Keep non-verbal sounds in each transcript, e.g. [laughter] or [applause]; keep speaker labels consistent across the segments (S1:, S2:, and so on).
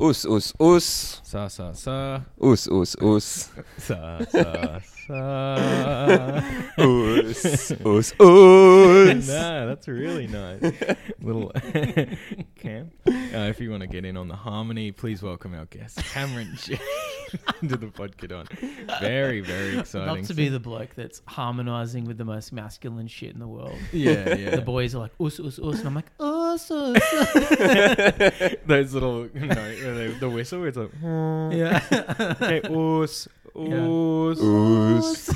S1: Us, us, us.
S2: Ça, ça, ça.
S1: Us, us,
S2: [laughs]
S1: us.
S2: Ça, ça, ça.
S1: Us, us, us.
S2: nah, that's really nice. Little [laughs] Cam. Uh, if you want to get in on the harmony, please welcome our guest, Cameron [laughs] James, to the podcast. Very, very exciting.
S3: Love to be the bloke that's harmonizing with the most masculine shit in the world.
S2: yeah, yeah.
S3: [laughs] The boys are like, us, us, us. And I'm like, us, us. us."
S2: [laughs] Those little, you know, the, the whistle. It's like, [laughs]
S3: [laughs] yeah.
S2: okay, oos, oos,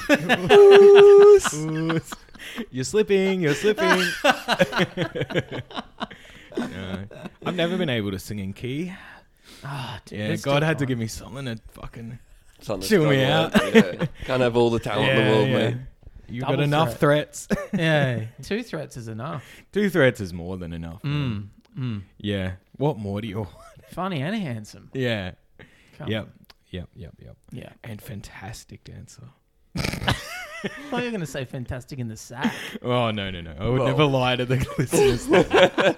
S1: Us.
S2: oos. You're slipping. You're [laughs] slipping. No. I've never been able to sing in key.
S3: Ah, dude,
S2: Yeah,
S3: there's
S2: God
S3: still
S2: had to
S3: time.
S2: give me something to fucking.
S1: Something that's
S2: Chill me
S1: going on, yeah. Can't have all the talent in the world, mate.
S2: You've
S3: Double
S2: got enough threats. [laughs]
S3: Yeah. Two threats is enough.
S2: Two threats is more than enough. man.
S3: Mm.
S2: hmm.
S3: Mm.
S2: Yeah. What more do you want? [laughs]
S3: Funny and handsome.
S2: Yeah.
S3: Come
S2: Yep.
S3: on.
S2: Yep. Yep. Yep.
S3: Yeah.
S2: And fantastic dancer.
S3: I thought you were going to say fantastic in the sack.
S2: Oh no no no! I would
S1: Well-
S2: never lie to the [laughs] listeners.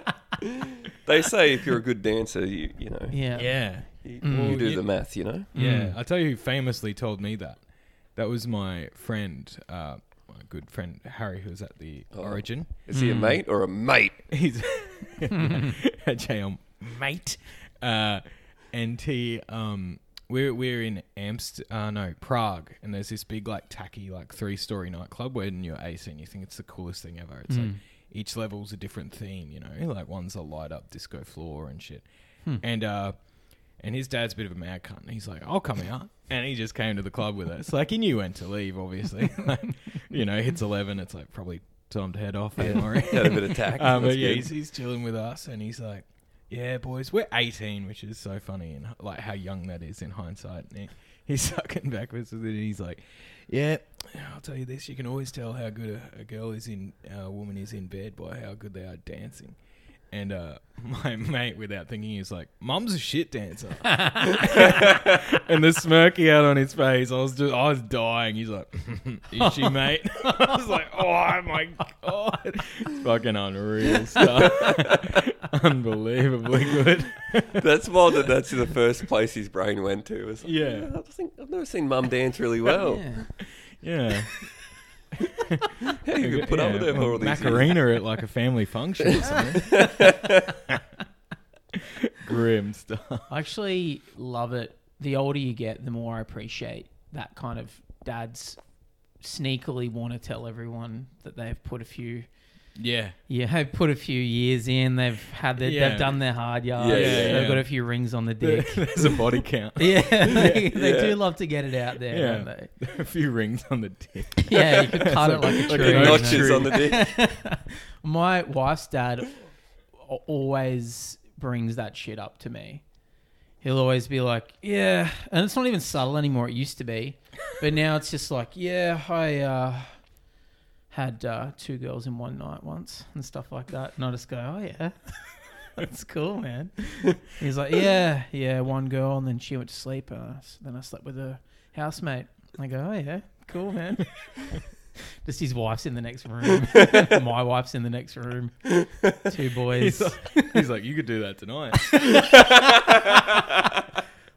S1: They say if you're a good dancer, you you know,
S3: Yeah.
S2: yeah.
S1: you,
S3: Mm.
S1: you do
S2: Yeah.
S1: the math, you know.
S2: Yeah,
S3: Mm.
S2: I tell you who famously told me that. That was my friend, uh, my good friend Harry, who was at the
S1: Oh.
S2: Origin.
S1: Is he a
S3: Mm.
S1: mate or a mate?
S2: He's [laughs] a JL mate, uh, and he um, we're we're in Amst, uh, no Prague, and there's this big like tacky like three story nightclub where in your AC and you think it's the coolest thing ever. It's like each level's a different theme, you know, like one's a light up disco floor and shit, and uh, and his dad's a bit of a mad cunt. and He's like, I'll come out. And he just came to the club with us. Like, he knew when to leave, obviously. [laughs] like, you know, hits 11. It's like probably time to head off. I don't worry.
S1: Had a bit of
S2: [laughs]
S1: tact.
S2: Um, but
S1: That's
S2: yeah,
S1: good.
S2: he's, he's chilling with us, and he's like, "Yeah, boys, we're 18," which is so funny, and like how young that is in hindsight. And he, he's [laughs] sucking backwards with it, and he's like, "Yeah, I'll tell you this: you can always tell how good a, a girl is in a woman is in bed by how good they are dancing." And uh, [laughs] my mate, without thinking, is like, "Mum's a shit dancer," [laughs] and the smirky out on his face. I was just, I was dying. He's like, "Is she, mate?" [laughs] I was like, "Oh my god, it's fucking unreal stuff, [laughs] unbelievably good."
S1: That's wild that that's the first place his brain went to. It's like,
S2: Yeah.
S1: I just think, I've never seen mum dance really well.
S3: Yeah.
S2: Yeah,
S1: How you could put up with her for all these years?
S2: Macarena at like a family function. Or something.
S1: [laughs]
S2: Grim stuff.
S3: I actually love it. The older you get, the more I appreciate that kind of dads sneakily want to tell everyone that they've put a few
S2: Yeah,
S3: yeah, have put a few years in. They've had their,
S2: Yeah.
S3: they've done their hard yards.
S1: Yeah,
S2: yeah,
S3: they've
S2: yeah.
S3: got a few rings on
S2: [laughs]
S3: the dick.
S2: there's a body count. [laughs]
S3: yeah, [laughs] they, they
S1: Yeah.
S3: do love to get it out there,
S2: Yeah.
S3: don't they?
S2: a few rings on the dick.
S3: Yeah, you could cut it like a
S2: Like a
S3: tree.
S2: Very
S1: Notches
S2: true.
S1: on the dick.
S3: [laughs] My wife's dad al- always brings that shit up to me. He'll always be like, "Yeah," and it's not even subtle anymore. It used to be, but now it's just like, "Yeah, I uh, had uh, two girls in one night once and stuff like that." And I just go, "Oh yeah, [laughs] that's cool, man." He's [laughs] like, "Yeah, yeah, one girl, and then she went to sleep, and I s then I slept with her housemate." And I go, "Oh yeah, cool, man." [laughs] Just his wife's in the next room. [laughs] My wife's in the next room. [laughs] Two boys.
S2: He's
S3: like,
S2: like, he's like, you could do that tonight.
S3: oh,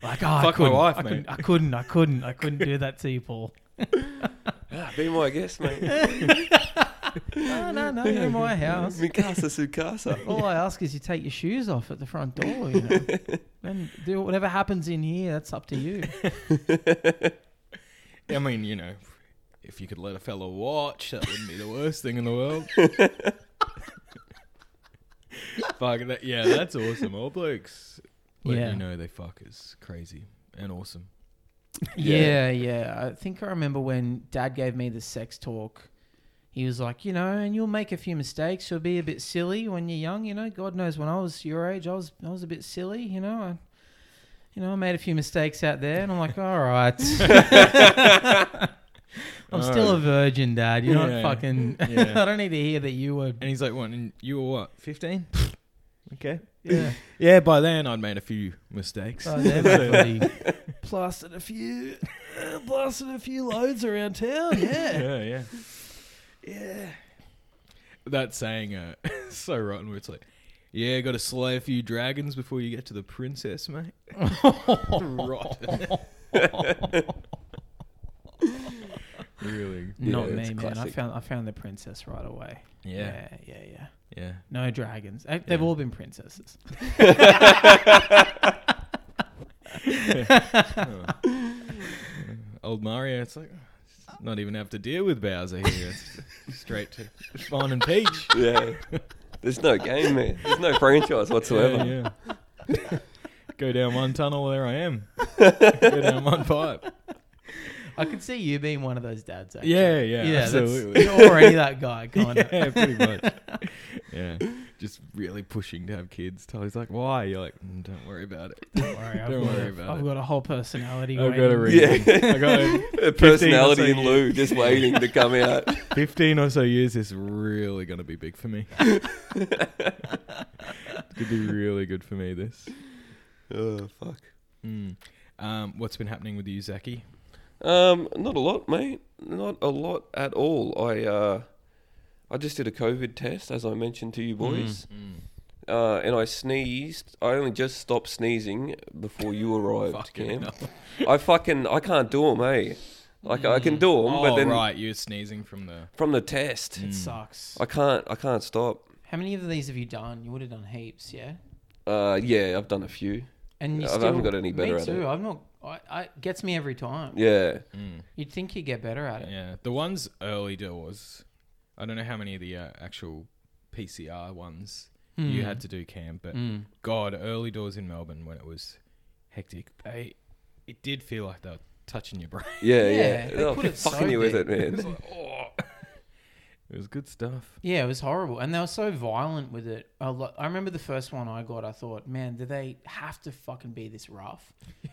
S3: I
S2: "Fuck my
S3: couldn't,
S2: wife,
S3: I couldn't,
S2: mate."
S3: I couldn't, I couldn't, I couldn't do that to you, [laughs] Paul.
S1: Ah, Be my guest,
S2: [laughs]
S1: mate.
S3: No, no, no, you're in my [laughs] house.
S1: Mikasa
S3: [laughs]
S1: Sukasa. [laughs]
S3: All I ask is you take your shoes off at the front door, you [laughs] know. Then do whatever happens in here, that's up to you.
S2: I mean, you know, if you could let a fella watch, that wouldn't be the worst thing in the world. Fuck that! Yeah, that's awesome. All blokes, let
S3: Yeah.
S2: you know they fuck is crazy and awesome.
S1: Yeah.
S3: Yeah. yeah, I think I remember when Dad gave me the sex talk. He was like, you know, and you'll make a few mistakes. You'll be a bit silly when you're young. You know, God knows when I was your age, I was I was a bit silly. You know, I, you know, I made a few mistakes out there, and I'm like,
S2: [laughs]
S3: all right. I'm still a virgin, Dad. You're
S2: Yeah.
S3: not fucking.
S2: Yeah.
S3: [laughs] I don't need to hear that you were.
S2: And he's like, "What? And you were what? Fifteen? okay. [laughs]
S3: Yeah.
S2: Yeah. By then, I'd made a few mistakes.
S3: Oh, they're definitely plastered a few, uh, plastered a few loads around town.
S2: [laughs]
S3: Yeah.
S2: yeah, yeah, [laughs] yeah. That saying, uh, so rotten. Where it's like, Yeah, got to slay a few dragons before you get to the princess, mate. [laughs] Rotten. really?
S3: Not
S2: yeah,
S3: me,
S2: it's
S3: man. I
S1: classic.
S3: found I found the princess right away.
S2: Yeah.
S3: yeah, yeah. yeah.
S2: Yeah.
S3: No dragons. Eh, They've
S2: Yeah.
S3: all been princesses.
S2: Old Mario, it's like not even have to deal with Bowser here. It's [laughs] just straight to Vine and Peach.
S1: Yeah.
S2: [laughs]
S1: There's no game there. There's no franchise whatsoever.
S2: Yeah, yeah.
S1: [laughs]
S2: Go down one tunnel, there I am. Go down one pipe.
S3: I could see you being one of those dads. Actually.
S2: Yeah, yeah,
S3: yeah. that's-
S1: [laughs]
S2: absolutely.
S3: you're already
S2: [laughs]
S3: that guy, kind of.
S2: Yeah, pretty much. Yeah, just really pushing to have kids. Tully's like, "Why?" You're like, "Mm, "Don't worry about it.
S3: Don't worry, I've,
S2: Don't
S3: got,
S2: worry
S3: a-
S2: about
S3: I've
S2: it.
S3: got a whole personality.
S2: I've got a
S3: waiting.
S2: reason.
S1: Yeah.
S2: I got
S1: [laughs] Her personality
S2: Fifteen
S1: in
S2: or so
S1: Lou just waiting to come
S2: [laughs]
S1: out.
S2: 15 or so years is really going to be big
S1: [laughs]
S2: for me. Could be really good for me. This.
S1: Oh fuck.
S2: Mm. Um, what's been happening with you, Zachy?
S1: Um, not a lot, mate. Not a lot at all. I uh, I just did a COVID test, as I mentioned
S2: Mm.
S1: to you boys, uh, and I sneezed. I only just stopped sneezing before you arrived,
S2: [laughs] Fucking
S1: Cam.
S2: hell.
S1: I fucking I can't do them, eh? Like I can do them,
S2: Oh,
S1: but then
S2: right, Mm. you're sneezing from the.
S1: from the
S2: [laughs]
S1: test,
S3: It sucks.
S1: I can't. I can't stop.
S3: How many of these have you done? You would have done heaps, yeah.
S1: Uh, yeah, I've done a few.
S3: And you
S1: I
S3: still,
S1: haven't got any better
S3: me
S1: at
S3: too.
S1: it.
S3: I'm not. I, I gets me every time.
S1: Yeah,
S2: mm.
S3: You'd think you'd get better at it.
S2: Yeah, the ones early doors. I don't know how many of the uh, actual PCR ones you
S3: Hmm.
S2: had to do, Cam, but God, early doors in Melbourne when it was hectic, they it did feel like they were touching your brain.
S1: yeah, yeah.
S3: Yeah, they
S1: They're
S3: put it so
S1: fucking you with
S3: big.
S1: it, man. [laughs]
S2: It was good stuff.
S3: Yeah, it was horrible, and they were so violent with it. A lot, I remember the first one I got. I thought, man, do they have to fucking be
S2: [laughs]
S3: this rough?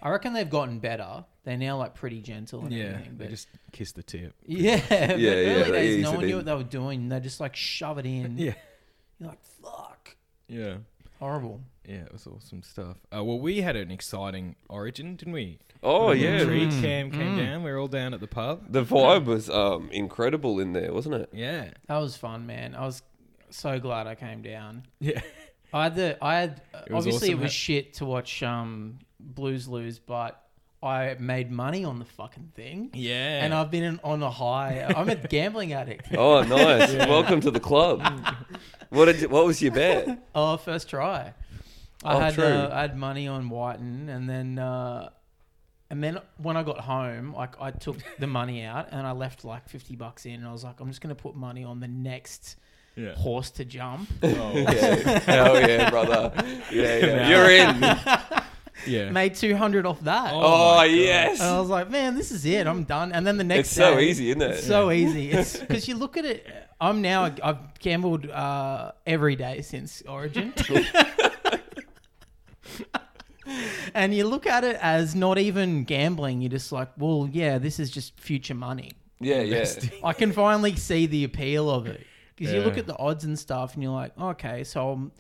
S3: I reckon they've gotten better. They're now like pretty gentle and
S2: Yeah,
S3: everything.
S2: they
S3: But
S2: just kissed the tip.
S3: yeah, but
S1: yeah,
S3: early
S1: they
S3: days,
S1: ease
S3: no
S1: it
S3: one knew
S1: in.
S3: what they were doing. They just like shove it in.
S2: Yeah,
S3: You're like, fuck,
S2: yeah,
S3: horrible.
S2: yeah. It was awesome stuff. Uh, well, we had an exciting origin, didn't we?
S1: Oh
S2: Little
S1: yeah,
S2: treat.
S3: Hmm.
S2: Cam came down. We were all down at the pub.
S1: The vibe was um, incredible in there, wasn't it?
S2: Yeah,
S3: That was fun, man. I was so glad I came down.
S2: yeah.
S3: I had the I had
S2: It was
S3: obviously
S2: awesome,
S3: it was
S2: eh?
S3: shit to watch um Blues lose, but I made money on the fucking thing.
S2: Yeah.
S3: And I've been in, on a high. I'm a gambling addict.
S1: Oh, [laughs] nice. Welcome to the club. what did you, what was your [laughs] bet?
S3: Oh, first try. I
S1: Oh,
S3: had
S1: true.
S3: Uh, I had money on Whiten, and then uh, and then when I got home, like I took
S1: [laughs]
S3: the money out and I left like fifty bucks in, and I was like, I'm just gonna put money on the next
S2: yeah.
S3: [laughs] horse
S1: [laughs]
S3: to jump.
S2: Oh,
S1: Yeah. Hell yeah, brother. Yeah, yeah.
S2: Nah.
S1: You're in.
S2: yeah.
S3: Made two hundred off that.
S2: Oh.
S1: Oh,
S2: my
S1: yes.
S3: And I was like, man, this is it. I'm done. And then the next
S1: It's so
S3: day-
S1: easy, isn't it?
S3: It's so easy. It's because you look at it. I'm now. I've gambled uh, every day since Origin. [laughs] and you look at it as not even gambling. You're just like, well, yeah, this is just future money.
S1: yeah, yeah.
S3: I can finally see the appeal of it because you look
S2: Yeah.
S3: at the odds and stuff, and you're like, okay, so um,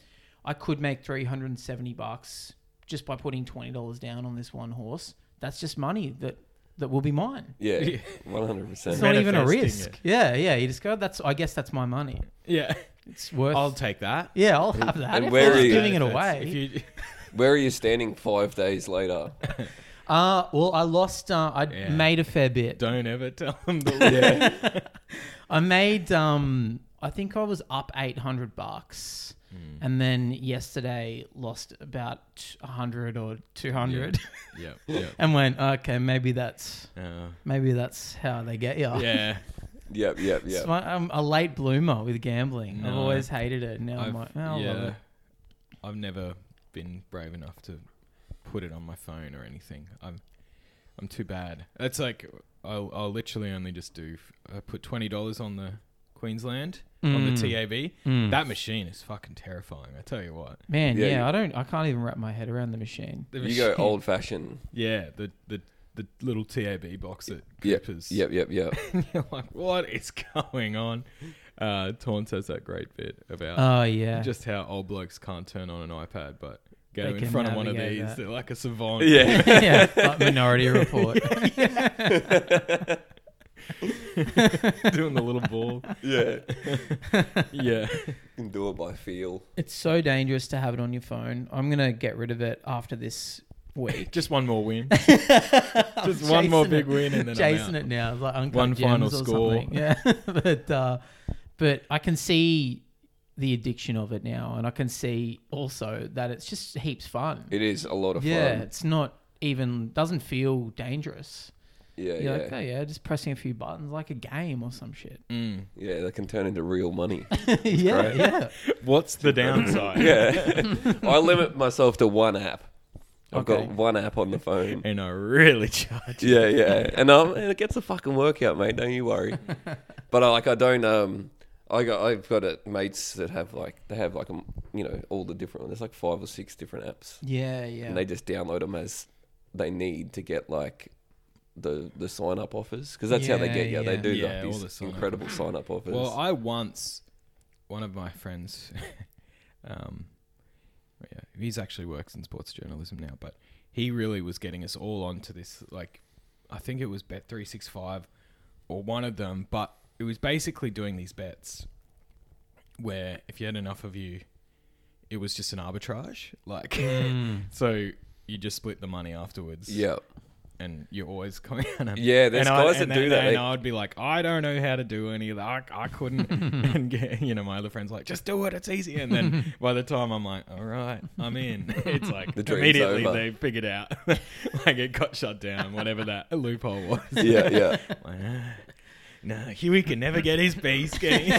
S3: I could make 370 bucks just by putting twenty dollars down on this one horse. That's just money that that will be mine.
S1: Yeah.
S2: Yeah.
S1: One hundred
S3: It's
S1: percent.
S3: not even a
S2: Manifesting
S3: risk.
S2: it.
S3: Yeah, yeah. You just go. That's. I guess that's my money.
S2: Yeah.
S3: It's worth.
S2: I'll take that.
S3: yeah, I'll have that.
S1: and
S3: if
S1: where
S3: I was
S1: are you-
S3: giving it
S2: If it's-
S3: away?
S2: if you- [laughs]
S1: Where are you standing five days later?
S3: uh, well, I lost. Uh, I
S2: Yeah.
S3: made a fair bit.
S2: don't ever tell them
S3: [laughs]
S2: the
S3: I made. Um, I think I was up eight hundred bucks,
S2: Hmm.
S3: and then yesterday lost about hundred or two hundred,
S2: yeah. Yeah.
S3: [laughs] and went okay. Maybe that's
S2: [laughs] Yeah.
S3: maybe that's how they get you.
S2: Uh, yeah.
S1: Yep, yep,
S3: It's
S1: yep.
S3: my- I'm a late bloomer with gambling. I've
S2: No.
S3: always hated it. Now i
S2: I've,
S3: am like, oh, I love it.
S2: I've never been brave enough to put it on my phone or anything. I'm I'm too bad. It's like I'll, I'll literally only just do. I put twenty dollars on the Queensland on
S3: Mm.
S2: the TAB. That machine is fucking terrifying. I tell you what.
S3: Man,
S1: Yeah,
S3: yeah,
S1: you-
S3: I don't. I can't even wrap my head around the machine.
S2: The
S1: You go
S2: machine-
S1: old fashioned.
S2: Yeah. The the the little TAB box that
S1: Yep.
S2: creepers.
S1: Yep, yep, yep.
S2: [laughs] You're like, what is going on? Uh, Torrance has that great bit about
S3: Oh yeah, [laughs]
S2: just how old blokes can't turn on an iPad, but go
S3: They
S2: in
S3: can
S2: front of one of
S3: navigate
S2: these,
S3: that.
S2: they're like a savant.
S1: Yeah.
S3: yeah, like Minority Report.
S2: [laughs] doing the little
S3: [laughs]
S2: ball.
S1: Yeah.
S2: Yeah.
S1: You can do it by feel.
S3: It's so dangerous to have it on your phone. I'm gonna get rid of it after this
S2: [laughs]
S3: week.
S2: Just one more
S3: [laughs]
S2: win.
S3: I'm
S2: Just one more
S3: chasing
S2: big
S3: it.
S2: win and then
S3: chasing
S2: I'm out.
S3: it now, like uncut
S2: One
S3: gems
S2: final
S3: or
S2: score.
S3: something. Yeah, [laughs] but uh, but I can see the addiction of it now, and I can see also that it's just heaps fun.
S1: It is a lot of
S3: yeah,
S1: fun.
S3: it's not even doesn't feel dangerous.
S1: Yeah,
S3: You're
S1: yeah.
S3: like, oh yeah, just pressing a few buttons like a game or some shit.
S2: Mm.
S1: Yeah, that can turn into real money. [laughs]
S3: [laughs] yeah,
S1: great.
S3: yeah.
S2: What's the downside?
S1: yeah. I limit myself to one app. I've
S3: Okay.
S1: got one app on the
S2: [laughs]
S1: phone.
S2: And I really charge.
S1: Yeah, yeah, and um, and it gets a fucking workout, mate. Don't you worry. but I like, I don't um, I got, I've got uh mates that have like, they have like, um, you know, all the different. There's like five or six different apps,
S3: Yeah, yeah.
S1: and they just download them as they need to get like the the sign up offers because that's how they
S3: Yeah,
S1: get you. They
S3: yeah.
S1: do
S2: Yeah,
S1: like
S2: all
S1: these
S2: the sign-up.
S1: incredible sign up offers.
S2: Well, I once, one of my friends, [laughs] um, yeah, he's actually works in sports journalism now, but he really was getting us all onto this. Like, I think it was Bet three six five, or one of them, but it was basically doing these bets where if you had enough of you, it was just an arbitrage. Like, [laughs] Mm. so you just split the money afterwards
S1: yeah,
S2: and you're always coming [laughs] out. of-
S1: Yeah, there's
S2: and
S1: guys
S2: I, and
S1: that do that.
S2: And
S1: They-
S2: I would be like, I don't know how to do any of that. I,
S1: [laughs]
S2: I couldn't. and get, you know, my other friend's like, just do it. It's easy. And
S1: [laughs]
S2: then by the time I'm like, all right, I'm in. [laughs] It's like
S1: The dream's
S2: immediately
S1: over.
S2: they figured out, [laughs] like it got shut down, whatever that loophole was.
S1: [laughs] yeah, yeah.
S2: [laughs] Like, ah, no, Huey can never get
S1: [laughs]
S2: his base game.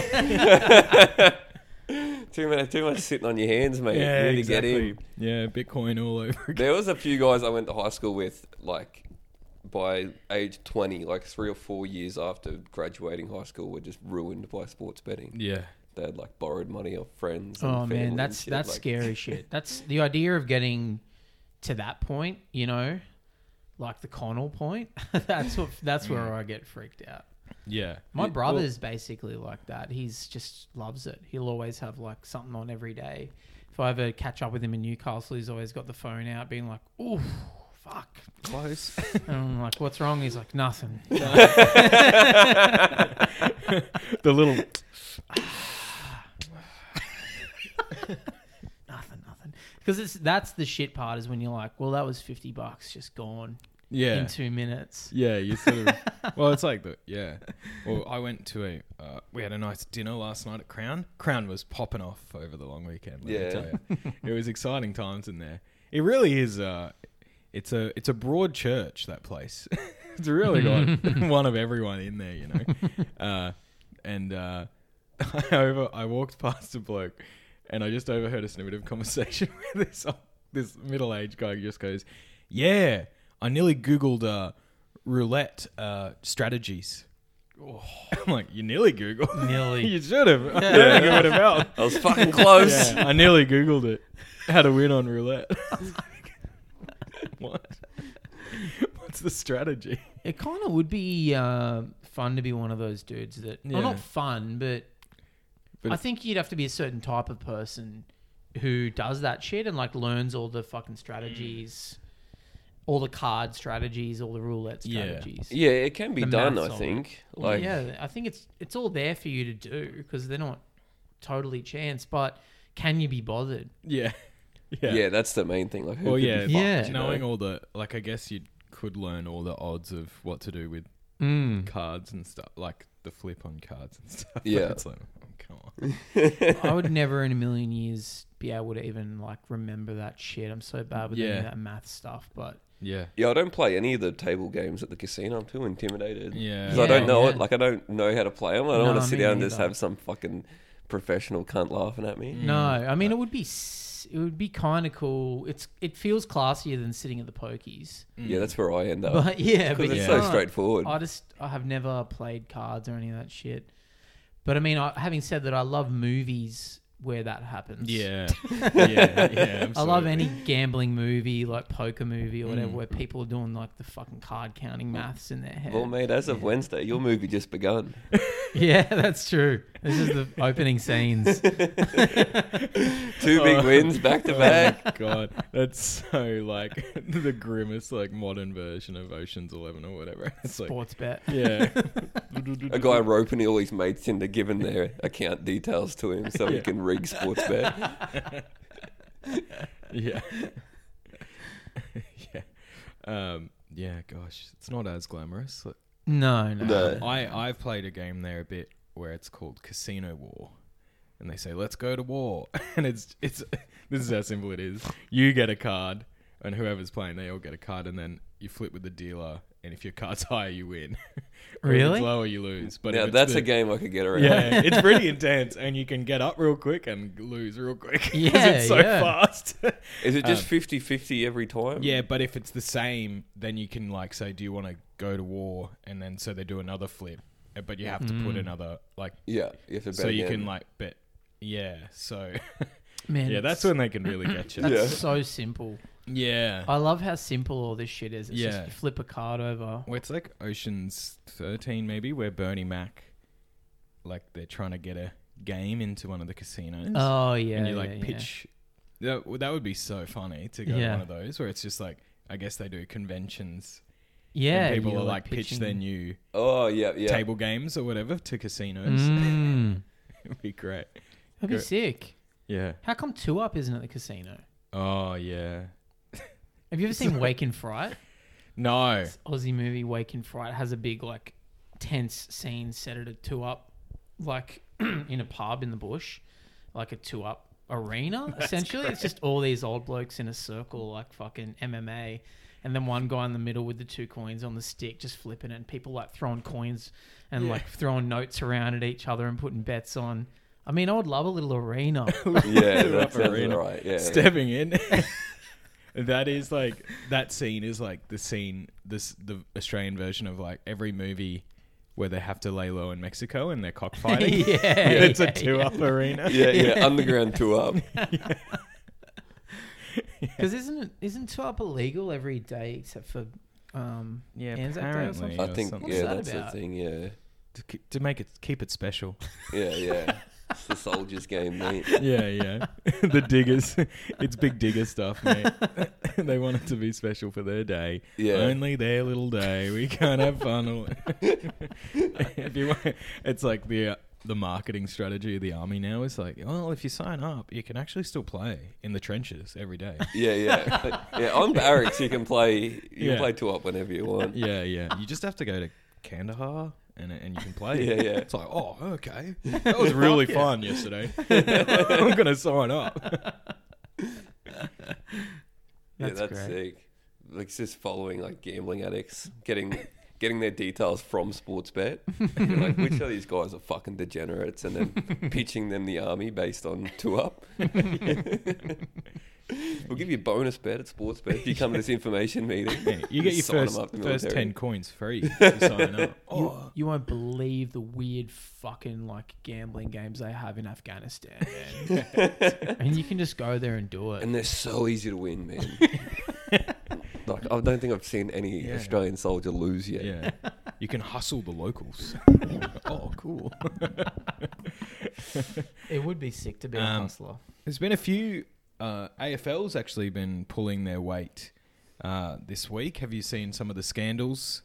S1: Too much, too much sitting on your hands, mate.
S2: [laughs] yeah,
S1: you need to get
S2: exactly.
S1: in.
S2: Yeah, Bitcoin all over [laughs] again.
S1: There was a few guys I went to high school with, like by age twenty, like three or four years after graduating high school, were just ruined by sports betting.
S2: Yeah.
S1: They had like borrowed money off friends. And
S3: Oh
S1: family
S3: man,
S1: and
S3: that's
S1: shit,
S3: that's
S1: like- [laughs]
S3: scary shit. That's the idea of getting to that point, you know, like the Connell point. [laughs] that's what that's
S1: Mm.
S3: where I get freaked out.
S2: Yeah.
S3: My
S2: Well,
S3: brother's basically like that. He's just loves it. He'll always have like something on every day. If I ever catch up with him in Newcastle, he's always got the phone out, being like, "Ooh, fuck," [laughs]
S2: close.
S3: and I'm like, "What's wrong?" He's like,
S1: [laughs]
S3: "Nothing."
S2: the little
S3: nothing, nothing. Because it's that's the shit part is when you're like, well, that was fifty bucks just gone
S2: yeah.
S3: in two minutes.
S2: Yeah, you sort of. well, it's like the yeah. Well, I went to a. Uh, we had a nice dinner last night at Crown. Crown was popping off over the long weekend. Let
S1: Yeah.
S2: me tell you, it was exciting times in there. It really is. Uh, it's a it's a broad church that place. [laughs] it's really got one of everyone in there, you know. Uh, and uh, [laughs] I over I walked past a bloke, and I just overheard a snippet of conversation [laughs] with this this middle aged guy. who just goes, "Yeah, I nearly googled uh, roulette uh, strategies." [laughs] I'm like, "You nearly googled? [laughs]
S3: Nearly.
S2: you should have. [laughs] I don't think it would have helped.
S1: I was fucking close.
S2: Yeah, I nearly googled it. How to win on roulette? [laughs] what? [laughs] What's the strategy? [laughs]
S3: It kind of would be uh, fun to be one of those dudes that,
S2: Yeah.
S3: well, not fun, but,
S2: But
S3: I
S2: if-
S3: think you'd have to be a certain type of person who does that shit and like learns all the fucking strategies, all the card strategies, all the roulette
S2: Yeah.
S3: strategies.
S1: Yeah, it can be
S3: The
S1: done.
S3: maths
S1: I
S3: of
S1: think.
S3: Well,
S1: Like,
S3: yeah, I think it's it's all there for you to do because they're not totally chance, but can you be bothered?
S2: Yeah.
S1: yeah. that's the main thing. Like, who
S2: Well,
S1: could be
S2: yeah,
S1: fucked,
S3: Yeah.
S1: you know?
S2: knowing all the like, I guess you could learn all the odds of what to do with cards and stuff, like the flip on cards and [laughs] stuff. but
S1: Yeah.
S2: it's like, oh, come on.
S3: [laughs] I would never in a million years be able to even like remember that shit. I'm so bad with any
S2: Yeah.
S3: of that math stuff, but
S2: Yeah,
S1: Yeah, I don't play any of the table games at the casino. I'm too intimidated.
S2: Yeah.
S1: Because I don't
S3: Yeah,
S1: know
S3: yeah.
S1: it. Like, I don't know how to play them. I don't
S3: No,
S1: want to sit
S3: me
S1: down and just
S3: neither.
S1: have some fucking professional cunt laughing at me.
S3: no, I mean it would be s- it would be kind of cool. It's it feels classier than sitting at the pokies,
S1: Yeah, that's where I end up.
S3: but yeah, but
S1: Oh. Because
S3: you
S1: it's
S2: Yeah.
S1: so
S3: can't.
S1: straightforward.
S3: I just I have never played cards or any of that shit. But I mean, I, having said that, I love movies where that happens.
S1: [laughs]
S2: Yeah. yeah. Yeah.
S3: I love
S2: absolutely.
S3: any gambling movie, like poker movie or whatever,
S2: Mm.
S3: where people are doing like the fucking card counting maths in their head.
S1: Well, mate, as of Wednesday, your movie just
S2: [laughs]
S1: begun.
S3: [laughs] yeah, that's true. This is the opening
S2: [laughs]
S3: scenes.
S1: Two big wins back to back.
S2: Oh, God, that's so like [laughs] the grimmest, like modern version of Ocean's Eleven or whatever. [laughs] It's like,
S3: Sports bet.
S2: yeah,
S1: A guy roping all his mates into giving their account details to him so he
S2: Yeah.
S1: can rig sports
S2: [laughs]
S1: bet.
S2: [laughs] yeah, [laughs] yeah, um, yeah. Gosh, it's not as glamorous. Like,
S3: No, no.
S1: No.
S3: [laughs]
S2: I I've played a game there a bit where it's called Casino War, and they say let's go to war, [laughs] and it's it's this is how simple it is. You get a card, and whoever's playing, they all get a card, and then you flip with the dealer, and if your card's [laughs] higher, you win. Or if it's
S3: Really?
S2: lower, you lose. But if
S1: now
S2: it's
S1: that's
S2: the-
S1: a game I could get around.
S2: [laughs] Yeah,
S1: [laughs]
S2: it's pretty intense, and you can get up real quick and lose real quick [laughs] 'cause
S3: Yeah,
S2: it's so
S3: yeah.
S2: fast. [laughs]
S1: Is it just
S2: Um,
S1: 50-50 every time?
S2: yeah, but if it's the same, then you can like say, "Do you want to go to war?" And then so they do another flip, uh, but you have to
S3: Mm.
S2: put another like
S1: Yeah. You have to bet
S2: so you
S1: again.
S2: can like bet. Yeah,
S3: [laughs]
S2: so
S3: Man,
S2: yeah, that's
S3: it's-
S2: when they can really get you. [laughs]
S1: Yeah.
S3: that's so simple.
S2: Yeah,
S3: I love how simple all this shit is. It's
S2: Yeah.
S3: just you flip a card over.
S2: Well, it's like Ocean's Thirteen, maybe, where Bernie Mac, like they're trying to get a game into one of the casinos.
S3: Oh yeah,
S2: and you like
S3: yeah, yeah.
S2: pitch. That, w- that would be so funny to go to
S3: Yeah.
S2: one of those where it's just like I guess they do conventions
S3: Yeah,
S2: and people
S3: you're,
S2: are like pitch their
S3: pitching-
S2: new
S1: Oh, yeah, yeah.
S2: table games or whatever to casinos.
S3: Mm,
S2: [laughs] It'd be great.
S3: that'd be
S2: Go-
S3: sick.
S2: Yeah.
S3: How come two up isn't at the casino?
S2: Oh yeah.
S3: Have you
S2: [laughs]
S3: ever seen Wake and Fright?
S2: No.
S3: This Aussie movie Wake and Fright has a big like tense scene set at a two up, like [clears throat] in a pub in the bush, like a two up arena. essentially, it's just all these old blokes in a circle, like fucking MMA, and then one guy in the middle with the two coins on the stick, just flipping it, and people like throwing coins and like throwing notes around at each other and putting bets on. I mean, I would love a little arena.
S2: [laughs]
S1: Yeah, that
S2: Rough
S1: sounds
S2: arena.
S1: right. Yeah.
S2: Stepping in. [laughs] that is like that scene is like the scene this the Australian version of like every movie where they have to lay low in Mexico and
S1: [laughs]
S2: they're cockfighting.
S3: Yeah,
S2: [laughs] it's
S3: yeah,
S2: a two up arena.
S1: yeah,
S2: [laughs]
S1: yeah. Underground two up.
S3: Because isn't it, isn't two up illegal every day except for um
S2: Yeah,
S3: Anzac Day or
S2: apparently,
S3: something?
S1: I
S2: or
S1: think,
S2: something.
S1: yeah,
S3: that
S1: that's
S3: about?
S1: the thing.
S2: [laughs]
S1: Yeah.
S2: to, k- to make it keep it special.
S1: Yeah, yeah. it's the soldiers game, mate.
S2: yeah, yeah. [laughs] the diggers, it's big digger stuff, mate. [laughs] they want it to be special for their day.
S1: Yeah.
S2: only their little day. We can't have fun. all- [laughs] if you want, it's like the. Uh, the marketing strategy of the army now is like, well, if you sign up, you can actually still play in the trenches
S1: [laughs]
S2: every day.
S1: Yeah,
S2: [laughs]
S1: yeah. yeah, on barracks you can play you
S2: Yeah.
S1: can play two up whenever you want.
S2: yeah, yeah. You just have to go to Kandahar and and you can play.
S1: [laughs] Yeah, yeah.
S2: It's like, oh, okay, that
S1: [laughs]
S2: was really fun yesterday. [laughs] I'm gonna sign up.
S1: yeah,
S3: That's
S1: that's
S3: great.
S1: sick. Like it's just following like gambling addicts, getting getting their details from sports bet. You're like which of these guys are fucking degenerates and then pitching them the army based on two
S2: [laughs]
S1: up. we'll give you a bonus bet at sports bet if you come to this information meeting.
S2: Yeah, you get your
S1: Sign 'em
S2: first,
S1: up to
S2: first
S1: military.
S2: 10 coins free
S1: [laughs]
S2: if you sign up.
S3: You,
S2: Oh,
S3: you won't believe the weird fucking like gambling games they have in Afghanistan,
S2: [laughs]
S3: man. and you can just go there and do it.
S1: And they're so easy to win,
S2: [laughs]
S1: man. like I don't think I've seen any
S2: Yeah.
S1: Australian soldier lose yet.
S2: yeah. You can hustle
S1: [laughs]
S2: the locals. oh, cool.
S3: It would be sick to be a
S2: Um,
S3: hustler.
S2: There's been a few uh, AFL's actually been pulling their weight uh, this week. Have you seen some of the scandals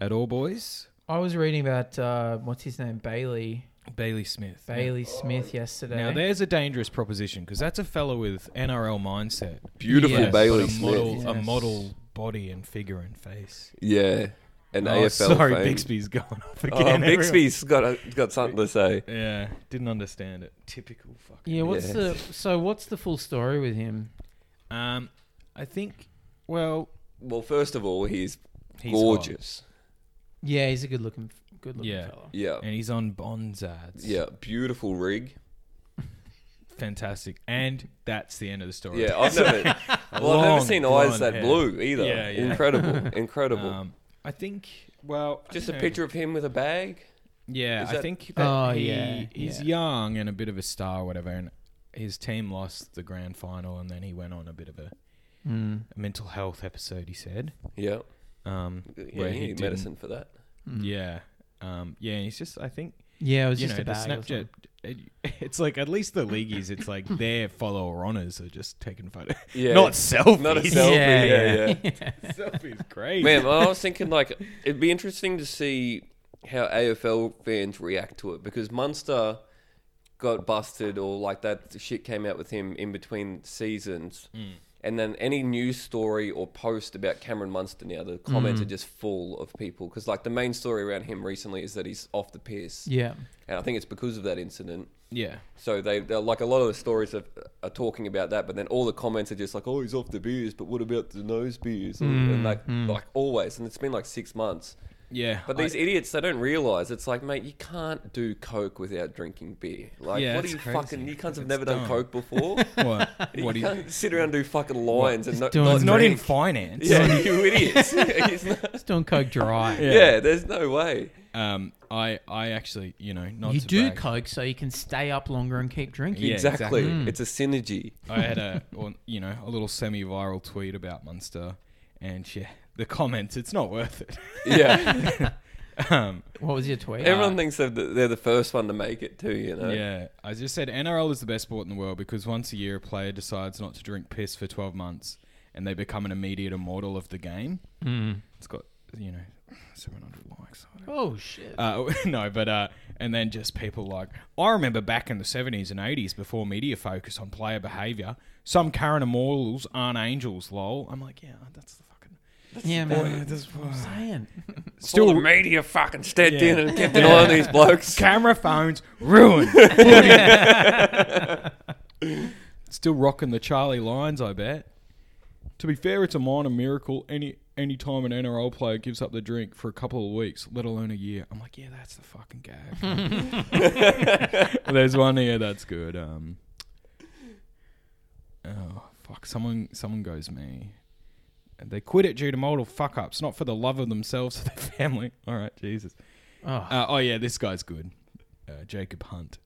S2: at all, boys?
S3: I was reading about uh, what's his name, Bailey
S2: Bailey Smith.
S3: Bailey Smith yesterday.
S2: Now, there's a dangerous proposition because that's a fella with NRL mindset.
S1: Beautiful
S3: Yes.
S1: Bailey
S2: but a
S1: Smith.
S2: model, a
S3: Yes.
S2: model body and figure and face.
S1: Yeah. An
S2: oh,
S1: AFL
S2: sorry,
S1: fame.
S2: Bixby's gone off again.
S1: Oh,
S2: everyone.
S1: Bixby's got a, got something to say.
S2: Yeah, didn't understand it. Typical fucking.
S3: yeah, what's
S1: Yeah.
S3: the so what's the full story with him?
S2: Um, I think. Well,
S1: Well, first of all, he's,
S2: he's
S1: gorgeous.
S3: Yeah, he's a good looking good looking
S2: Yeah.
S3: fella.
S1: Yeah,
S2: hot and he's on Bond's ads.
S1: yeah, beautiful rig.
S2: fantastic. And that's the end of the story.
S1: Yeah, I've
S2: [laughs]
S1: never, well, I've never
S2: Long
S1: seen eyes
S2: blonde
S1: that
S2: hair.
S1: blue either.
S2: Yeah, yeah. [laughs]
S1: Incredible, incredible.
S2: Um, I think. Well, I
S1: Just a
S2: don't know.
S1: picture of him with a bag.
S2: Yeah,
S1: Is
S2: I
S1: that-
S2: think that
S3: Oh,
S2: he,
S3: yeah,
S2: he's
S3: yeah.
S2: young and a bit of a star, or whatever. And his team lost the grand final, and then he went on a bit of a,
S3: Mm.
S2: a mental health episode. He said,
S1: Yeah.
S2: um,
S1: Yeah,
S2: where
S1: you
S2: he
S1: need
S2: didn't-
S1: medicine for that.
S3: Mm.
S2: yeah, um, yeah. And he's just, I think,
S3: Yeah, it was
S2: you
S3: just
S2: know,
S3: a
S2: the
S3: bag. or
S2: Snapchat. [laughs] it- It's like at least the leagueies, it's
S3: [laughs]
S2: like their follower honors are just taking [laughs] photos,
S1: Yeah.
S2: not selfies. [laughs]
S1: Not a
S3: something.
S1: selfie. [laughs] Yeah, yeah.
S3: yeah.
S2: selfies, crazy.
S1: [laughs] Man, well, I was thinking like it'd be interesting to see how AFL fans react to it because Munster got busted or like that shit came out with him in between seasons. And then any news story or post about Cameron Munster now, the comments are just full of people because like the main story around him recently is that he's off the piss,
S3: yeah.
S1: and I think it's because of that incident.
S2: yeah,
S1: So they they're like a lot of the stories are, are talking about that, but then all the comments are just like, "Oh, he's off the beers, but what about the nose beers?" And,
S2: Mm,
S1: and like like always, and it's been like six months.
S2: yeah.
S1: But
S2: I-
S1: these idiots, they don't realize it's like, mate, you can't do coke without drinking beer. Like,
S2: Yeah,
S1: what are
S2: it's
S1: you
S2: crazy.
S1: fucking? You cunts have
S2: It's
S1: never done
S2: dumb.
S1: coke before.
S2: [laughs] [laughs]
S1: [laughs]
S2: what?
S1: you
S2: What [laughs] do you?
S1: can't sit around and do fucking lines and not,
S3: doing
S1: not
S2: It's not in
S1: drink. [laughs]
S2: finance.
S1: Yeah, you idiots. [laughs] It's not-
S2: [laughs]
S3: It's doing coke dry.
S1: [laughs] yeah. there's no way.
S2: Um, I I actually, you know, [laughs] not
S3: you
S2: to
S3: do
S2: brag,
S3: coke so you can stay up longer and keep drinking.
S2: Yeah,
S1: exactly.
S2: exactly. Mm.
S1: It's a
S2: [laughs]
S1: synergy.
S2: I had a, or, you know, a little semi-viral tweet about Munster, and yeah, the comments. It's not worth it. [laughs]
S1: Yeah.
S2: um,
S3: What was your tweet?
S1: Everyone thinks they're the, they're the first one to make it too. You know.
S2: yeah, I just said NRL is the best sport in the world because once a year a player decides not to drink piss for twelve months, and they become an immediate immortal of the game.
S3: Mm.
S2: It's got, you know, seven hundred likes. I don't
S3: Oh shit.
S2: Uh, [laughs] no, but uh, and then just people like I remember back in the seventies and eighties before media focused on player behavior. Some current immortals aren't angels, lol. I'm like, yeah, that's the fucking.
S3: yeah, man.
S2: that's
S3: I'm saying.
S1: All
S2: still
S1: the media fucking stepped
S2: Yeah.
S1: in and kept an eye on these blokes.
S2: camera phones ruined. still rocking the Charlie lines, I bet. To be fair, it's a minor miracle any any time an NRL player gives up the drink for a couple of weeks, let alone a year. I'm like, yeah, that's the fucking gag. [laughs] There's one here that's good. Um, oh fuck, someone someone goes me. And They quit it due to mortal fuck ups, not for the love of themselves or their family. [laughs] All right, Jesus.
S3: Oh,
S2: Uh, oh yeah, this guy's good. Uh, Jacob Hunt.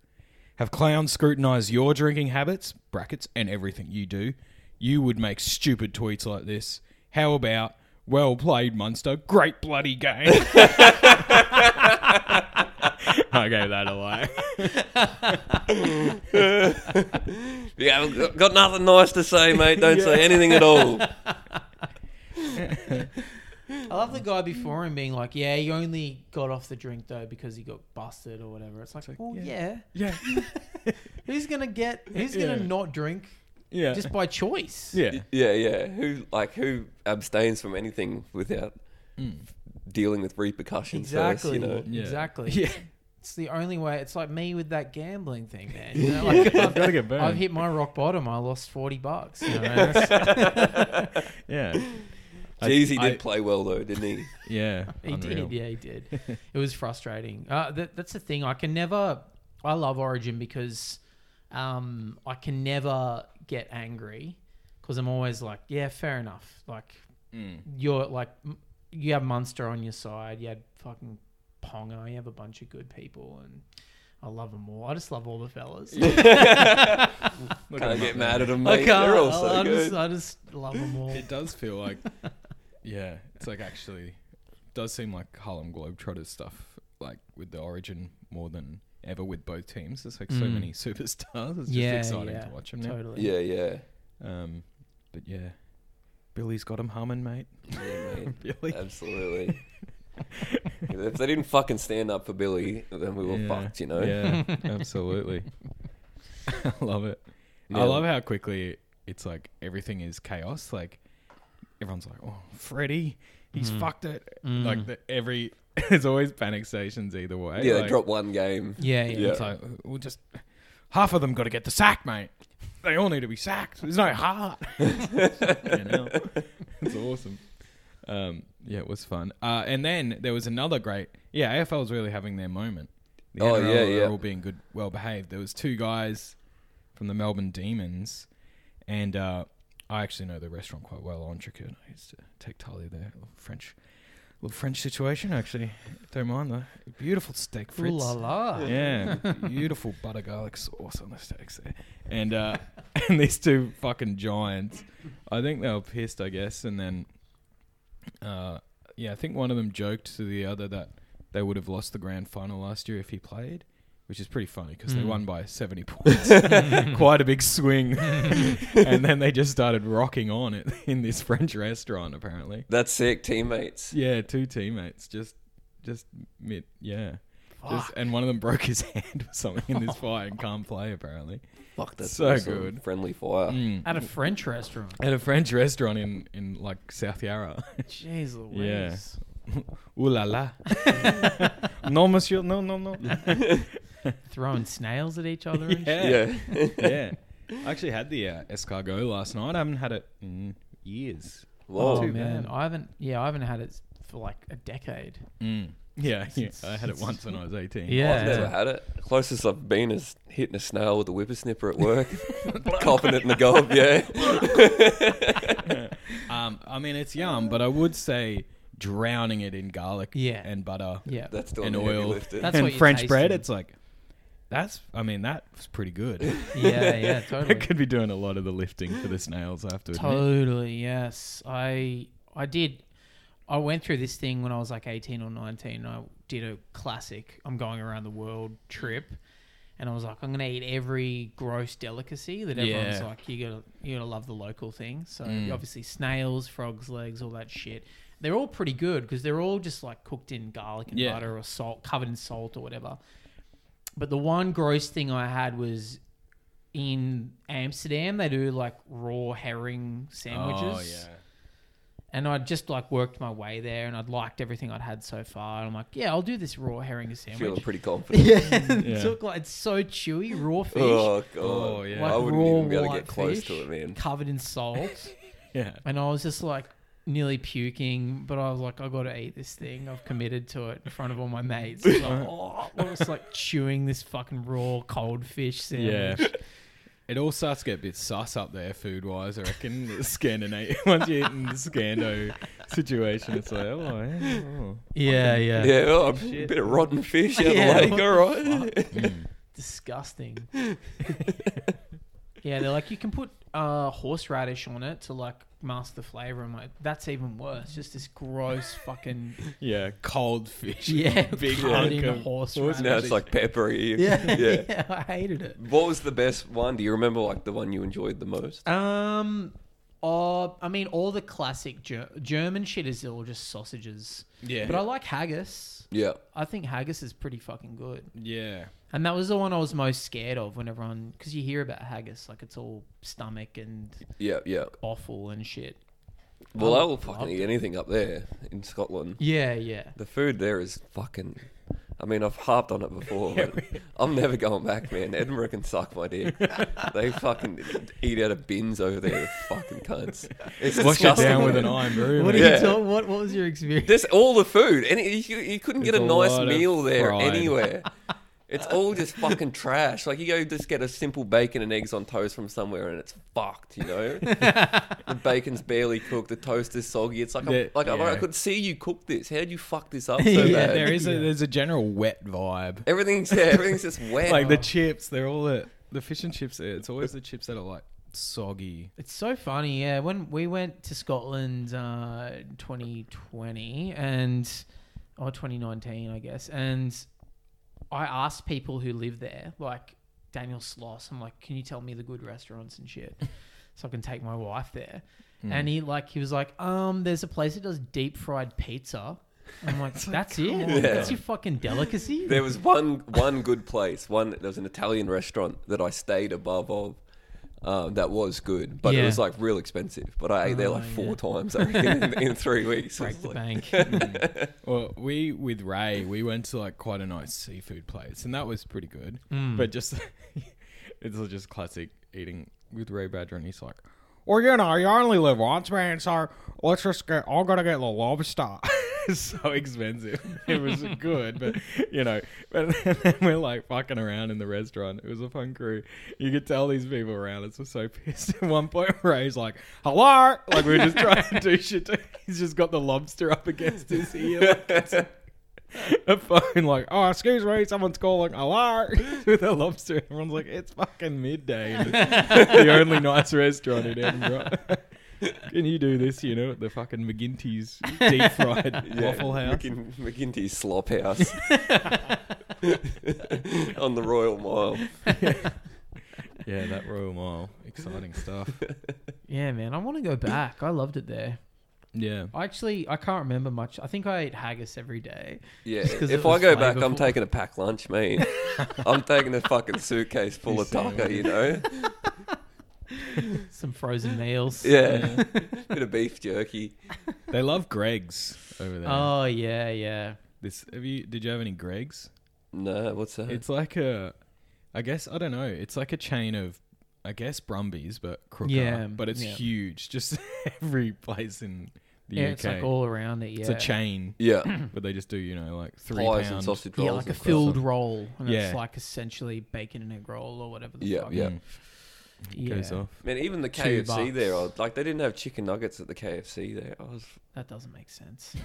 S2: Have clowns scrutinise your drinking habits (brackets) and everything you do? You would make stupid tweets like this. How about well played, Munster? Great bloody
S3: [laughs]
S2: game. I gave that a like.
S1: Yeah, I've got- got nothing nice to say, mate. Don't say anything at all.
S3: I love the guy before him being like, "Yeah, he only got off the drink though because he got busted or whatever." It's like,
S2: like,
S3: well,
S2: yeah.
S3: yeah.
S2: [laughs] Yeah,
S3: Who's gonna get? Who's
S2: Yeah.
S3: gonna not drink
S2: yeah,
S3: just by choice?
S2: yeah.
S1: Yeah, yeah. Who like who abstains from anything without dealing with repercussions? First,
S3: Exactly.
S1: you know.
S2: Yeah.
S3: [laughs] Exactly.
S2: Yeah,
S3: It's the only way. It's like me with that gambling thing, man.
S2: [laughs]
S3: You know, [laughs] like, I've,
S2: gotta get burned.
S3: I've hit my rock bottom. I lost forty bucks. You know, that's-
S2: [laughs]
S1: [laughs]
S2: yeah.
S1: Jeez, he did
S2: I-
S1: play well though, didn't he?
S2: Yeah,
S3: he
S2: unreal.
S3: did. Yeah, he did. It was frustrating. Uh, that, that's the thing. I can never. I love Origin because um, I can never get angry because I'm always like, yeah, fair enough. Like you're like m- you have Munster on your side. You had fucking Ponga. You have a bunch of good people, and I love them all. I just love all the fellas. [laughs]
S2: Look
S1: Can I
S2: at him
S1: get
S2: up
S1: mad at him, [laughs]
S3: I
S1: mate?
S3: can't-
S1: They're all
S3: I-
S1: so
S3: I
S1: good.
S3: Just, I just love them
S2: [laughs]
S3: all.
S2: It does feel
S3: [laughs]
S2: like, yeah, it's like actually does seem like Harlem Globetrotters stuff, like with the origin more than ever with both teams. There's like so
S3: Mm.
S2: many [laughs] superstars. It's just
S3: yeah,
S2: exciting
S3: yeah,
S2: to watch them now.
S3: Totally.
S1: yeah, yeah.
S2: Um, but yeah, Billy's got him humming, mate. [laughs]
S1: yeah mate.
S2: Billy.
S1: Absolutely. if they didn't fucking stand up for Billy, then we were fucked, you know. [laughs]
S2: Yeah, absolutely. [laughs] I love it.
S1: Yeah.
S2: I love how quickly it's like everything is chaos. Like everyone's like, "Oh, Freddy, he's fucked it." Like the, every [laughs] there's always panic stations either way.
S1: Yeah, they
S2: like,
S1: dropped one game.
S3: Yeah, yeah.
S1: Yeah.
S2: It's like we'll just half of them got to get the sack, mate. They all need to be sacked. There's no [laughs] heart. you know, it's awesome. Um, yeah, it was fun. Uh, and then there was another great. Yeah, AFL's really having their moment. The
S1: Oh,
S2: NRL
S1: yeah,
S2: are
S1: yeah.
S2: all being good, well behaved. There was two guys from the Melbourne Demons, and uh, I actually know the restaurant quite well. Entrecôte. I used to take Tali there, French Little French situation, actually. Don't mind though. Beautiful steak
S3: Ooh
S2: frites.
S3: la la.
S2: Yeah, beautiful butter garlic sauce on the steaks there, and uh, [laughs] and these two fucking giants. I think they were pissed, I guess, and then, uh, yeah, I think one of them joked to the other that they would have lost the grand final last year if he played, which is pretty funny because they
S3: Mm.
S2: won by seventy points, quite a big swing, and then they just started rocking on it in this French restaurant apparently.
S1: That's sick, teammates.
S2: Yeah, two teammates just, just mid, yeah. Just,
S3: Fuck.
S2: and one of them broke his [laughs] hand or something
S3: [laughs]
S2: in this fight and can't play apparently.
S1: Fuck, that's
S2: So
S1: awesome.
S2: good.
S1: Friendly fire.
S2: Mm.
S3: At a French restaurant.
S2: At a French restaurant in, in like South Yarra. [laughs]
S3: Jeez
S2: Yeah.
S3: Louise.
S2: Ooh la [laughs] la. no monsieur, no no no.
S3: Throwing snails at each other. and shit.
S1: Yeah.
S2: [laughs] yeah.
S3: [laughs]
S2: yeah. I actually had the uh, escargot last night. I haven't had it in years.
S1: Whoa.
S3: Oh
S2: Too
S3: man,
S2: bad.
S3: I haven't. Yeah, I haven't had it for like a decade.
S2: Mm. Yeah, yeah.
S3: It's-
S2: I had it
S3: it's-
S2: once when I was 18.
S3: Yeah.
S1: I've never had it. Closest I've been is hitting a snail with a whippersnipper at
S2: [laughs]
S1: work, [laughs] copping it in the gob. Yeah,
S2: Um, I mean, it's yum, but I would say drowning it in garlic
S3: Yeah.
S2: and butter.
S3: Yeah.
S1: that's doing
S2: And
S1: the heavy
S2: oil.
S1: lifting.
S3: That's
S2: and
S3: what you're
S2: French bread,
S3: tasting.
S2: it's like that's. I mean, that's pretty
S1: [laughs]
S2: good. [laughs]
S3: yeah, yeah,
S2: I
S3: totally.
S2: could be doing a lot of the lifting for the snails. I have to admit.
S3: Totally, yes. I I did. I went through this thing when I was like eighteen or nineteen. And I did a classic. I'm going around the world trip, and I was like, I'm gonna eat every gross delicacy that everyone's
S2: Yeah.
S3: like, you gotta you gotta love the local thing. So
S2: Mm.
S3: obviously snails, frogs' legs, all that shit. They're all pretty good because they're all just like cooked in garlic and
S2: Yeah.
S3: butter or salt, covered in salt or whatever. But the one gross thing I had was in Amsterdam. They do like raw herring
S2: Oh,
S1: Oh,
S3: sandwiches. And I just like worked my way there and I'd liked everything I'd had so far. And I'm like, yeah, I'll do this raw herring
S1: [laughs] Feeling [laughs]
S3: sandwich. [laughs]
S1: pretty confident.
S3: Yeah. it
S2: Yeah.
S3: Took like, it's so chewy, raw
S1: [laughs]
S3: fish.
S1: Oh god.
S2: Oh, yeah.
S3: Like
S1: I wouldn't
S3: raw
S1: even be able to
S3: white
S1: get close
S3: fish,
S1: to it, man.
S3: Covered in salt.
S2: yeah,
S3: and I was just like nearly puking, but I was like, I got to eat this thing. I've committed to it in front of all my [laughs] mates. It's like, oh, I was like chewing this fucking raw cold fish
S2: yeah,
S3: sandwich.
S2: It all starts to get a bit sus up there, food wise. I reckon [laughs] the Scandinavian once you're in the Scando situation, it's like oh, yeah, oh.
S3: Yeah, yeah.
S1: Yeah, oh, a
S2: Shit.
S1: bit of rotten fish out
S3: Yeah,
S1: of the
S3: what
S1: lake. All
S3: the
S1: right.
S3: Disgusting. yeah, they're like you can put uh, horseradish on it to like mask the flavor. I'm like, that's even worse. Just this gross fucking
S2: yeah, cold fish.
S3: [laughs] yeah,
S2: [laughs] Big
S3: covered in
S2: hunk of
S1: [laughs]
S3: horseradish.
S1: Now it's like peppery.
S3: [laughs] yeah,
S1: [laughs] yeah.
S3: [laughs] yeah, I hated it.
S1: What was the best one? Do you remember like the one you enjoyed the most?
S3: Um, oh, I mean, all the classic Ger- German shit is all just sausages.
S2: Yeah.
S3: But I like haggis.
S1: Yeah.
S3: I think haggis is pretty fucking good.
S2: yeah,
S3: And that was the one I was most scared of when everyone, because you hear about haggis, like it's all stomach and
S1: Yeah, yeah.
S3: offal and shit.
S1: Well,
S3: I
S1: I will fucking
S3: loved
S1: eat anything up there in Scotland.
S3: Yeah, yeah.
S1: The food there is fucking. I mean, I've harped on it before.
S2: [laughs]
S1: but I'm never going back, man. Edinburgh can suck my dick. they fucking eat out of bins over there, the fucking cunts. It's
S2: wash it
S1: disgusting,
S2: down with
S1: man.
S2: an iron brew.
S3: What, are
S2: mate.
S1: Yeah.
S3: you talk, what, what was your experience?
S1: This all the food. Any you, you couldn't get
S2: There's
S1: a
S2: a
S1: nice
S2: lot of
S1: meal there
S2: fried. [laughs]
S1: anywhere. It's all just fucking trash. Like you go just get a simple bacon and eggs on toast from somewhere, and it's fucked. You
S2: [laughs]
S1: know, the bacon's barely cooked, the toast is soggy. It's like
S2: Yeah,
S1: I'm, like I'm- I
S2: yeah.
S1: could see you cook this. How would you fuck this up so
S2: [laughs]
S3: [laughs]
S2: Yeah,
S1: bad?
S2: there is a there's a general wet vibe.
S1: Everything's yeah, everything's
S2: [laughs]
S1: just wet.
S2: Like the chips, they're all the the fish and chips. It's always the chips that are like soggy.
S3: It's so funny, yeah. When we went to Scotland, uh, 2020 and or 2019, I guess, and I asked people who live there, like Daniel Sloss, I'm like, can you tell me the good restaurants and shit, so I can take my wife there? And he like he was like, um, there's a place that does deep fried pizza. I'm like, that's it. That's your fucking delicacy.
S1: There was one one good place. One there was an Italian restaurant that I stayed above of. Um, that was good, but it
S3: Yeah.
S1: was like real expensive. But I ate there
S3: Oh,
S1: like four
S3: yeah.
S1: times I reckon, in, in three weeks. It
S3: Break
S1: was
S3: the
S1: like-
S3: bank.
S2: Well, we with Ray, we went to like quite a nice seafood place, and that was pretty good. But just [laughs] it's just classic eating with Ray Badger, and he's like, "Well, you know, you only live once, man. So let's just get. I'm gonna get the lobster." [laughs] it's so expensive. It was good, but you know, but then we're like fucking around in the restaurant. It was a fun crew. You could tell these people around us were so [laughs] pissed. At one point, Ray's like, "Hello," like we were just trying to do shit. [laughs] To, he's just got the lobster up against his ear. Like it's a, [laughs] a phone like, oh, excuse me, someone's calling. Hello, [laughs] with a lobster. Everyone's like, it's fucking midday. [laughs] in the only nice restaurant in Edinburgh. [laughs] Can you do this, you know, at the fucking McGinty's deep [laughs] fried waffle house?
S1: McGin- McGinty's Slop House
S3: [laughs]
S1: [laughs] on the Royal Mile.
S2: Yeah, that Royal Mile. Exciting stuff.
S3: Yeah, man, I want to go back. I loved it there.
S2: Yeah.
S3: I actually I can't remember much. I think I ate haggis every day.
S1: Yeah,
S3: 'cause
S1: if
S3: it
S1: I
S3: was
S1: go back, I'm
S3: flavourful.
S1: taking a packed lunch,
S3: [laughs]
S1: mate. I'm taking a fucking suitcase full of taco, you know?
S3: [laughs]
S1: [laughs]
S2: [laughs]
S3: Some frozen meals.
S1: Yeah. Bit of beef jerky.
S2: They love Greg's over there.
S3: Oh yeah, yeah.
S2: this have you did you have any Greg's?
S1: No, what's that?
S2: It's like a I guess I don't know, it's like a chain of I guess Brumbies but Crooker.
S3: Yeah,
S2: But it's
S3: yeah.
S2: huge. Just [laughs] every place in the
S3: yeah,
S2: UK.
S3: it's like all around it. Yeah, Hmm.
S2: It's a chain.
S1: yeah.
S2: But they just do, you know, like three
S1: Pies and
S2: pound-
S1: sausage rolls.
S3: yeah, like a
S1: and stuff.
S3: filled roll, and
S2: Yeah.
S3: it's like essentially bacon in a roll or whatever. The
S1: Yeah,
S3: fuck.
S1: yeah.
S2: Mm.
S3: yeah.
S2: Goes
S1: [laughs]
S2: off.
S1: Man, even the
S3: Two
S1: KFC
S3: bucks.
S1: there, I, like they didn't have chicken nuggets at the KFC there. I was,
S3: That doesn't make sense.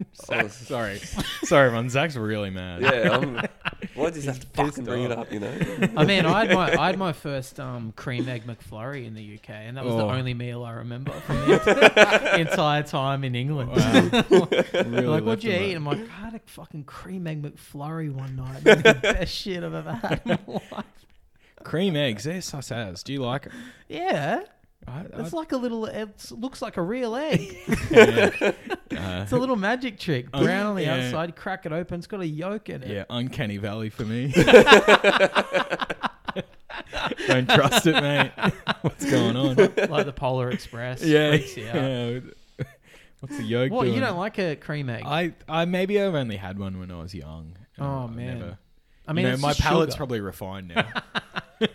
S1: I
S2: Zach,
S1: was
S2: sorry. [laughs] sorry, man. Zach's really mad.
S1: Oh. yeah. I'm, why does have to fucking
S2: pissed
S1: bring it
S2: off.
S1: up? You know,
S3: I mean, I had my I had my first um, cream egg McFlurry in the UK, and that was the
S2: Oh.
S3: only meal I remember from the
S2: [laughs]
S3: entire time in England.
S1: [laughs]
S3: [laughs]
S2: Wow.
S3: They're
S2: Really
S3: like, what'd
S2: left
S3: you
S2: him
S3: eat?
S2: out.
S3: I'm like, I had a fucking cream egg McFlurry one night. It was the best shit I've ever had in
S2: [laughs]
S3: my life.
S2: Cream eggs, they're sus as. Do you like it?
S3: Yeah,
S2: I, I,
S3: it's like a little. It looks like a real egg.
S2: [laughs]
S1: [laughs]
S2: yeah. Uh,
S3: It's a little magic trick.
S2: Um,
S3: Brown on the
S2: yeah.
S3: outside, crack it open. It's got a yolk in it.
S2: yeah, uncanny valley for
S3: [laughs]
S2: me. Don't trust it, mate. [laughs] What's going on?
S3: [laughs] like the Polar Express.
S2: [laughs] Yeah,
S3: Freaks you out.
S2: yeah. What's the yolk
S3: What
S2: doing?
S3: you don't like a cream egg? I,
S2: I, I maybe I've only had one when I was young. and
S3: Oh,
S2: I've
S3: man.
S2: never-
S3: mean,
S2: you know,
S3: it's
S2: my
S3: just
S2: palate's
S3: sugar.
S2: probably refined
S3: [laughs]
S2: now.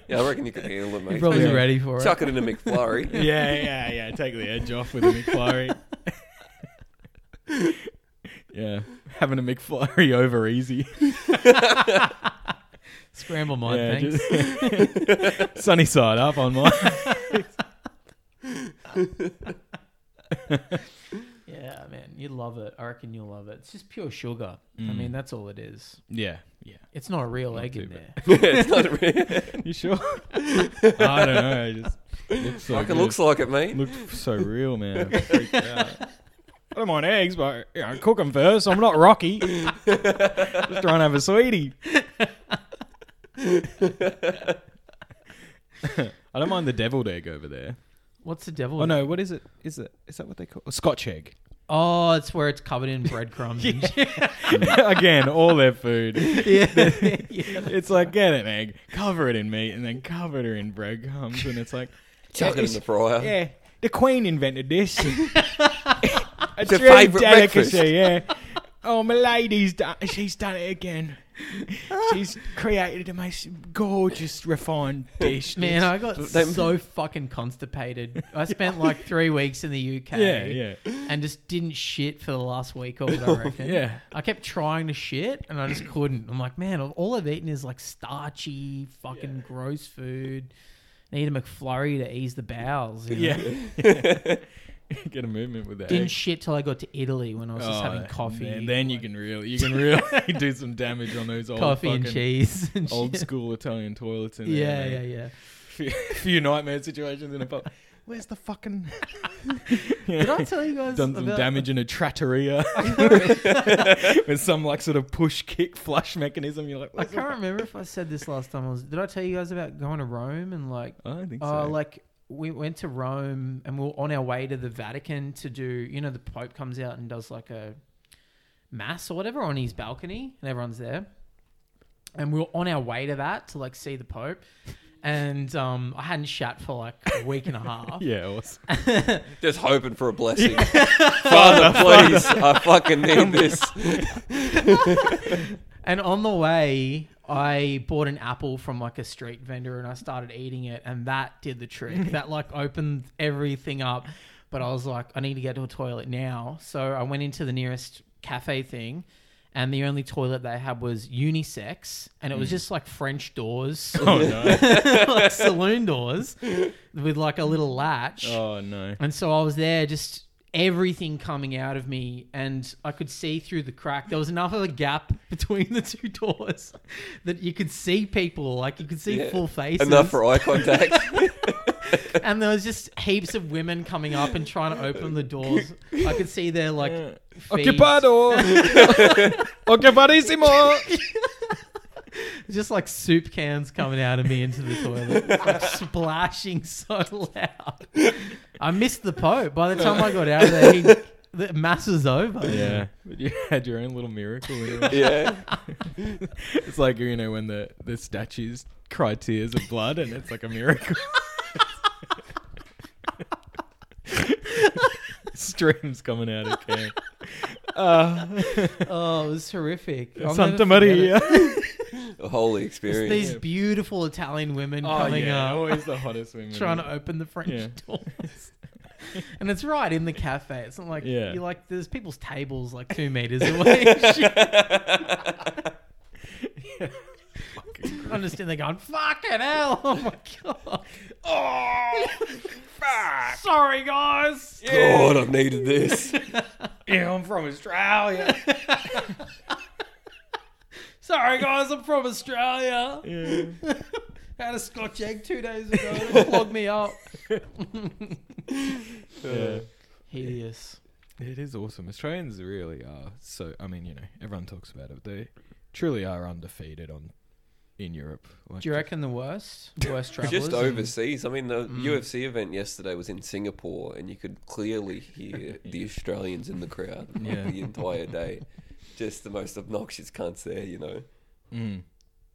S1: yeah, I reckon you could handle it,
S3: You're
S1: mate.
S3: probably
S2: Yeah.
S3: ready for it.
S1: Chuck it in a
S2: [laughs]
S1: McFlurry. [laughs]
S2: yeah, yeah, yeah. Take the edge off with a
S3: [laughs]
S2: McFlurry. yeah, having a McFlurry over easy.
S3: Scramble mine,
S2: yeah,
S3: thanks.
S2: just- [laughs] sunny side up on
S3: [laughs]
S2: mine.
S3: Yeah, man, you love it. I reckon you'll love it. It's just pure sugar. I mean, that's all it is.
S2: yeah, yeah.
S3: It's not a real egg
S2: Mm. too
S3: in
S2: bad.
S3: there.
S1: it's not real.
S2: You sure? [laughs] I don't know. It just looks so
S1: Fucking
S2: good.
S1: looks like it, mate.
S2: looked so real, man.
S1: [laughs]
S2: I freaked out. I don't mind eggs, but you know, cook them first. I'm
S1: [laughs]
S2: not Rocky. Just trying to have a sweetie. I don't mind the deviled egg over there.
S3: What's the devil?
S2: Oh no, what is it? Is it? Is that what they call a Scotch egg?
S3: Oh, it's where it's covered in breadcrumbs. and shit.
S2: [laughs] Again, all their food.
S1: [laughs]
S3: yeah.
S2: [laughs] It's like get an egg, cover it in meat, and then cover it in breadcrumbs, and it's like
S1: Chuck it in the fryer.
S2: Yeah, the Queen invented this.
S3: [laughs]
S2: it's
S1: Her
S2: her
S1: favourite breakfast.
S2: delicacy, yeah. Oh, my lady's done. She's done it again. She's created the most gorgeous refined dish.
S3: Man, I got
S1: They-
S3: so fucking constipated.
S2: [laughs]
S3: I spent like three weeks in the UK
S2: yeah, yeah,
S3: and just didn't shit for the last week or
S2: [laughs]
S3: what I reckon.
S2: yeah.
S3: I kept trying to shit and I just couldn't. I'm like, man, all I've eaten is like starchy, fucking gross food. I need a McFlurry to ease the bowels. you know?
S2: Yeah. [laughs] Get a movement with that.
S3: Didn't shit till I got to Italy when I was just
S2: Oh,
S3: having coffee.
S2: And then you can really, you can really [laughs] do some damage on those old
S3: coffee and
S2: fucking
S3: cheese [laughs] and
S2: Old
S3: shit.
S2: school Italian toilets in
S3: Yeah,
S2: there.
S3: yeah,
S2: mate.
S3: yeah.
S2: Few, [laughs] few nightmare situations in a pub. Where's the [laughs] fucking?
S3: Did I tell you
S2: [laughs]
S3: guys
S2: done some
S3: about-
S2: damage in a trattoria with some like sort of push kick flush mechanism. You're like,
S3: I
S2: "Where's the
S3: can't remember if I said this last time. I was, did I tell you guys about going to Rome and like,
S2: fu-" I don't think so.
S3: uh, like we went to Rome and we are on our way to the Vatican to do, you know, the Pope comes out and does like a mass or whatever on his balcony and everyone's there. And we were on our way to that to like see the Pope. And um, I hadn't shat for like a week and a half.
S2: yeah, awesome.
S1: Just hoping for a blessing. Father, please, I fucking need this.
S3: And on the way, I bought an apple from like a street
S2: [laughs]
S3: vendor and I started eating it, and that did the trick. that like opened everything up. but I was like, I need to get to a toilet now. So I went into the nearest cafe thing, and the only toilet they had was unisex, and it was just like French doors,
S2: Hmm. Oh no!
S3: [laughs] like saloon doors, with like a little latch.
S2: Oh no!
S3: And so I was there, just everything coming out of me, and I could see through the crack. There was enough of a gap [laughs] between the two doors that you could see people, like you could see
S1: Yeah.
S3: full faces.
S1: Enough for eye contact. [laughs]
S3: and there was just heaps of women coming up and trying to open the doors. I could see their like feet,
S2: Occupadissimo!
S3: just like soup cans coming out of me into the toilet,
S1: [laughs]
S3: like splashing so loud. I missed the Pope. By the time I got out of there, he, the mass was over.
S2: Yeah, but you had your own little miracle. in it.
S1: yeah.
S2: It's like you know when the the statues cry tears of blood, and it's like a miracle. [laughs] Streams coming out of camp. Uh,
S3: Oh, it was horrific. I'll never
S2: Santa
S3: forget
S2: Maria.
S3: it.
S1: A whole
S3: It's
S1: experience.
S3: these beautiful Italian
S2: [laughs]
S3: women
S2: Oh
S3: coming
S2: yeah,
S3: up,
S2: always the hottest women.
S3: trying to open the French
S2: Yeah.
S3: doors. [laughs] and it's right in the cafe. It's not like
S2: Yeah.
S3: you're like there's people's tables like two
S2: [laughs]
S3: meters away. [laughs] I understand they're going, fucking hell. Oh my god.
S2: [laughs]
S1: oh, fuck.
S3: Sorry guys.
S1: God, I've needed this.
S2: Yeah, I'm from
S3: [laughs]
S2: Australia.
S3: Sorry guys, I'm from Australia.
S2: yeah.
S3: Had a Scotch egg two days
S2: [laughs]
S3: ago. It clogged me up.
S2: yeah.
S3: Hideous.
S2: It is awesome. Australians really are so. I mean, you know, everyone talks about it. But they truly are undefeated on in Europe. Like,
S3: Do you reckon the worst? Worst travelers?
S1: Just overseas. I mean, the
S2: Mm.
S1: UFC event yesterday was in Singapore, and you could clearly hear the Australians in the crowd like,
S2: [laughs] Yeah.
S1: the entire day. Just the most obnoxious cunts there, you know.
S2: Mm.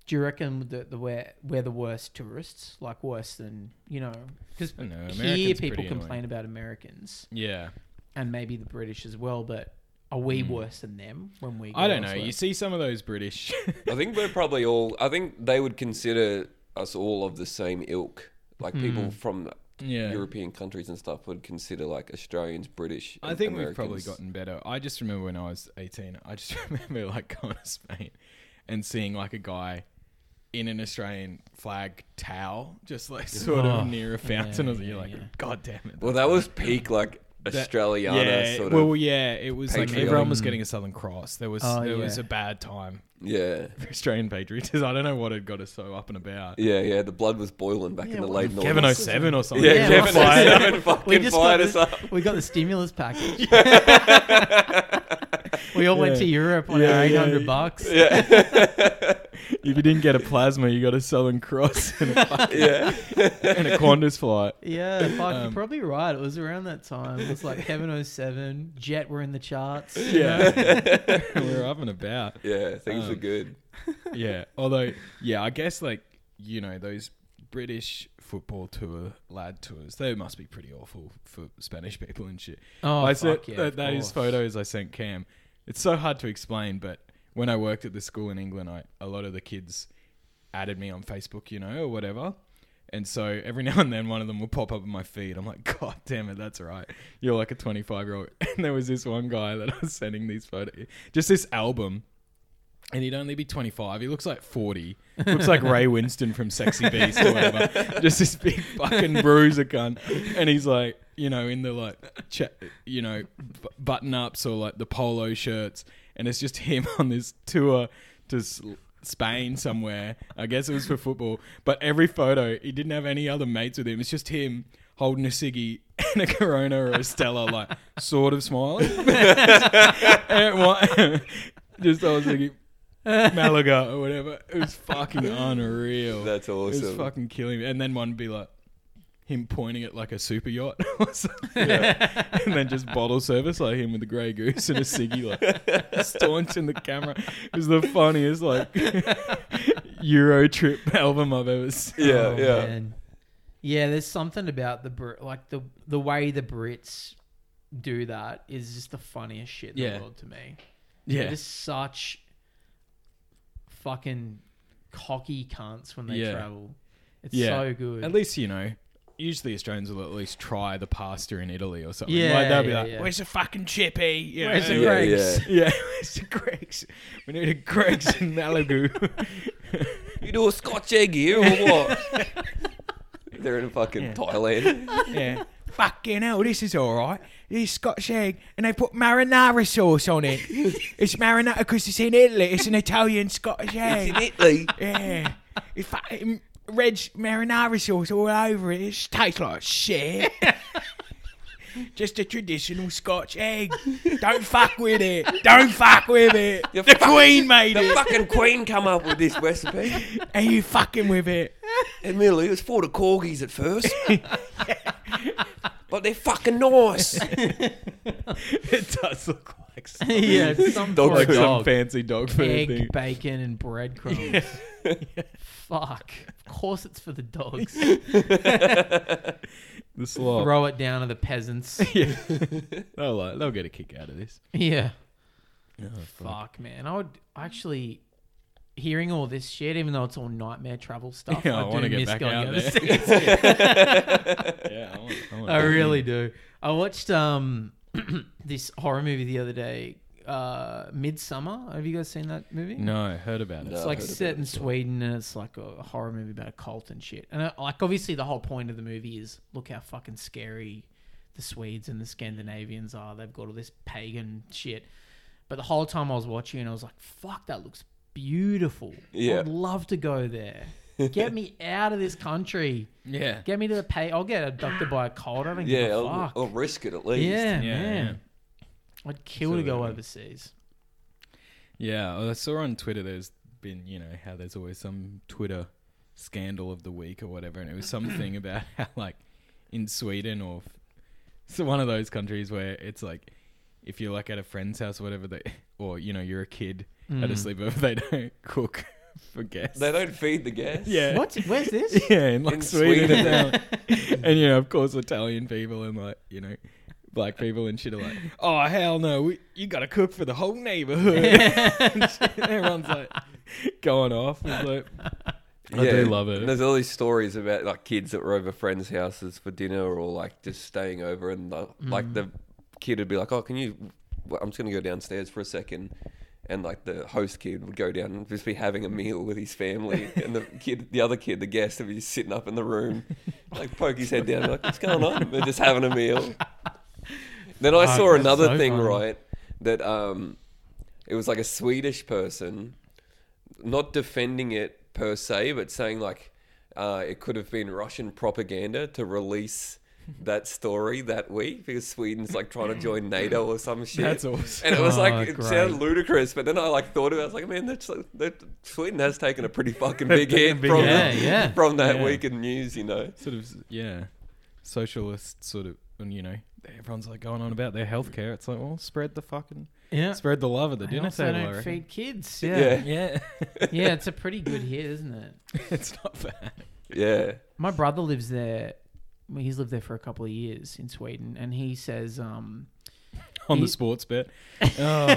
S3: Do you reckon that the where we're the worst tourists, like worse than you know? Because
S2: I don't know.
S3: here
S2: Uh, Americans are
S3: people
S2: pretty
S3: complain
S2: annoying.
S3: about Americans
S2: Yeah,
S3: and maybe the British as well, but are we worse than them when we?
S2: Hmm. I
S3: go
S2: don't know.
S3: elsewhere?
S2: You see some of those British. [laughs]
S1: I think we're probably all. I think they would consider us all of the same ilk. Like people from
S2: Mm. yeah,
S1: European countries and stuff would consider like Australians, British.
S2: I
S1: and
S2: think we've probably
S1: Americans.
S2: gotten better. I just remember when I was 18, I just [laughs] remember like going to Spain and seeing like a guy in an Australian flag towel, just
S3: [laughs]
S2: like sort
S3: Oh,
S2: of near a fountain.
S3: yeah,
S2: or something. you're
S3: yeah,
S2: like,
S3: yeah.
S2: God damn it.
S1: Well, that was peak like
S2: That-
S1: Australiana
S2: yeah,
S1: sort
S2: well,
S1: of.
S2: yeah, it was like
S1: patriotic.
S2: everyone was getting a Southern Cross. There was
S3: Mm. Oh,
S2: there
S3: yeah.
S2: was a bad time
S1: Yeah,
S2: for Australian patriotism. I don't know what had got us so up and about.
S1: yeah, yeah. The blood was boiling back in the
S3: what
S1: late
S3: the
S1: nineties.
S2: Kevin 07 or
S1: [laughs]
S2: something.
S1: Yeah,
S3: Yeah, oh
S1: Kevin
S3: well,
S1: O'Sullivan
S3: yeah.
S1: fucking
S3: we just
S1: fired
S3: got
S1: us
S3: the,
S1: up.
S3: we got the stimulus package.
S1: [laughs]
S3: [laughs] we all went
S2: Yeah.
S3: to Europe on
S2: Yeah,
S3: our eight
S2: yeah,
S3: hundred
S2: yeah.
S3: bucks.
S2: [laughs] If you didn't get a plasma, you got a Southern Cross and a,
S3: [laughs]
S2: fucking-
S1: Yeah,
S2: and a Qantas flight.
S3: Yeah, fuck, you're
S2: Um,
S3: probably right. It was around that time. It was like Kevin 07, Jet were in the charts. you know?
S2: Yeah. [laughs] we were up and about.
S1: [laughs] yeah. Things were
S2: Um,
S1: good.
S2: yeah. Although, yeah, I guess like you know those British football tour lad tours, they must be pretty awful for Spanish people and shit.
S3: Oh,
S2: I
S3: fuck
S2: sent
S3: yeah,
S2: th-
S3: of
S2: those
S3: course.
S2: photos I sent Cam. It's so hard to explain, but when I worked at the school in England, I a lot of the kids added me on Facebook, you know, or whatever. And so every [laughs] now and then one of them will pop up in my feed. I'm like, [laughs] God damn it, that's right. You're like a 25 year old. [laughs] And there was this one guy that I was sending these photos, just this album. And he'd only be 25. He looks like 40. [laughs] Looks like Ray Winston from Sexy Beast or [laughs] whatever. Just this big fucking bruiser gun. And he's like, you know, in the like, cha- you know, b- button ups or like the polo shirts. And it's just him [laughs] on this tour to s- Spain somewhere. I guess it was for football. But every photo, he didn't have any other mates with him. It's just him holding a ciggy [laughs] and a Corona or a Stella, like sort of smiling. [laughs] And one- [laughs] just I was thinking Malaga or whatever. It was fucking unreal.
S1: [laughs] That's
S2: It was
S1: awesome.
S2: fucking killing me. And then one would be like him pointing at like a super yacht [laughs] or something. [laughs] and then just bottle service like him with the grey goose and a ciggy like staunching the camera. It was the funniest like [laughs] Euro trip [laughs] album I've ever seen.
S1: Yeah,
S3: Oh,
S1: yeah.
S3: man. Yeah, there's something about the Brit, like the the way the Brits do that is just the funniest shit in
S2: Yeah.
S3: the world to me.
S2: Yeah.
S3: They're just such fucking cocky cunts when they
S2: Yeah.
S3: travel. It's
S2: Yeah.
S3: so good.
S2: At least you know usually Australians will at least try the pasta in Italy or something.
S3: Yeah,
S2: like they'll be
S3: yeah,
S2: like,
S3: yeah.
S2: "Where's the fucking chippy? You uh,
S3: Where's the
S1: Yeah,
S3: Greggs?
S1: yeah.
S2: Yeah, [laughs] where's the Greggs? We need a Greggs
S1: [laughs]
S2: in Malibu. [laughs]
S1: You do a Scotch egg here or
S3: [laughs]
S1: what? They're in fucking Thailand.
S2: yeah. Fucking hell, this is all right. This is Scotch egg, and they put marinara sauce on
S1: [laughs]
S2: it. it's marinara because it's in Italy. It's an Italian Scottish egg.
S1: Italy.
S2: Yeah. It's fucking red marinara sauce all over it. It tastes
S1: [laughs]
S2: like shit. Just a traditional Scotch egg. Don't fuck with it. Don't fuck with it.
S1: You're
S2: the
S1: fuck-
S2: Queen made
S1: The
S3: [laughs]
S2: it.
S1: fucking Queen come up with this recipe.
S2: Are you fucking with it?
S1: Admittedly, it was for the corgis at
S3: [laughs]
S1: first. but they're fucking
S3: [laughs]
S1: nice.
S2: [laughs] It does look like some,
S3: [laughs] yeah, it's some
S1: Dog
S3: poor
S1: food.
S3: dog.
S2: fancy dog
S3: Egg, bacon, and breadcrumbs.
S2: [laughs]
S3: Fuck. Of course, it's for
S2: [laughs]
S3: the dogs.
S2: The slop.
S3: Throw it down to the peasants.
S2: Yeah. they'll, like, they'll get a kick out of this.
S3: yeah.
S2: fuck.
S3: Fuck, man. I would actually hearing all this shit, even though it's all nightmare travel stuff.
S2: Yeah, I
S3: I,
S2: wanna
S3: do
S2: get
S3: miss
S2: back
S3: going
S2: out [laughs]
S3: overseas.
S2: Yeah, I, want, I, want
S3: I really do. I watched um [clears throat] this horror movie the other day, uh, Midsummer. Have you guys seen that movie?
S2: No, heard about it.
S1: No.
S3: It's
S1: I've
S3: like
S1: heard of
S3: set
S1: it
S3: in
S1: as well.
S3: Sweden, and it's like a horror movie about a cult and shit. And uh, like, obviously, the whole point of the movie is look how fucking scary the Swedes and the Scandinavians are. They've got all this pagan shit. But the whole time I was watching, it, I was like, "Fuck, that looks beautiful.
S1: Yeah.
S3: I'd love to
S1: [laughs]
S3: go there. Get me out of this country.
S2: Yeah.
S3: Get me to the pay. I'll get abducted by a cult. I don't give
S1: Yeah,
S3: a
S1: I'll,
S3: fuck.
S1: I'll risk it at least.
S3: yeah,
S2: Yeah,
S3: man. I'd kill to go
S2: Absolutely.
S3: overseas.
S2: Yeah, well, I saw on Twitter there's been, you know, how there's always some Twitter scandal of the week or whatever, and it was something about how, like, in Sweden or f- so one of those countries where it's like, if you're like at a friend's house or whatever, they or you know you're a kid at a sleepover, [laughs] they don't cook [laughs] for guests.
S1: They don't feed the gas.
S2: Yeah.
S3: What? Where's
S1: [laughs]
S2: [laughs]
S3: this?
S2: Yeah, in like
S1: In
S2: Sweden,
S1: Sweden.
S2: [laughs] and, and you know, of course, Italian people and like you know, black people and shit are like, oh hell no, we, you got to cook for the whole neighborhood. [laughs] And shit, everyone's like going off. It's
S1: [laughs]
S2: like, I do love it.
S1: and There's all these stories about like kids that were over friends' houses for dinner or like just staying over, and the,
S2: Mm.
S1: like the kid would be like, "Oh, can you? well, I'm just gonna go downstairs for a second. And like the host kid would go down and just be having a meal with his family, and the kid, the other kid, the guest, would be sitting up in the room, like poke his head down, like what's going on? They're just having a meal. Then I
S2: Oh,
S3: Fuck,
S1: saw
S3: that's
S1: another
S3: so
S1: thing,
S3: funny.
S1: right? That um, it was like a Swedish person, not defending it per se, but saying like uh, it could have been Russian propaganda to release that story that week because Sweden's like trying to join NATO or some shit.
S2: That's awesome.
S1: And it was like
S3: Oh,
S1: it
S3: great.
S1: sounded ludicrous, but then I like thought about it, I was like, man, that's like, that, Sweden has taken a pretty fucking big hit
S2: big
S1: from,
S3: hit.
S1: that-
S3: Yeah, yeah.
S1: from that
S2: Yeah.
S1: week in news, you know.
S2: sort of yeah, socialist sort of, and you know, everyone's like going on about their healthcare. It's like, well, spread the fucking,
S3: Yeah.
S2: spread the love at the
S3: I
S2: dinner
S3: also
S2: table. I
S3: don't
S2: reckon.
S3: feed kids.
S1: Yeah.
S2: Yeah, [laughs]
S3: yeah, it's a pretty good hit, isn't it?
S2: it's not bad.
S1: Yeah.
S3: My brother lives there. well, He's lived there for a couple of years in Sweden, and he says, um,
S2: on
S3: He-
S2: the sports bet. Uh,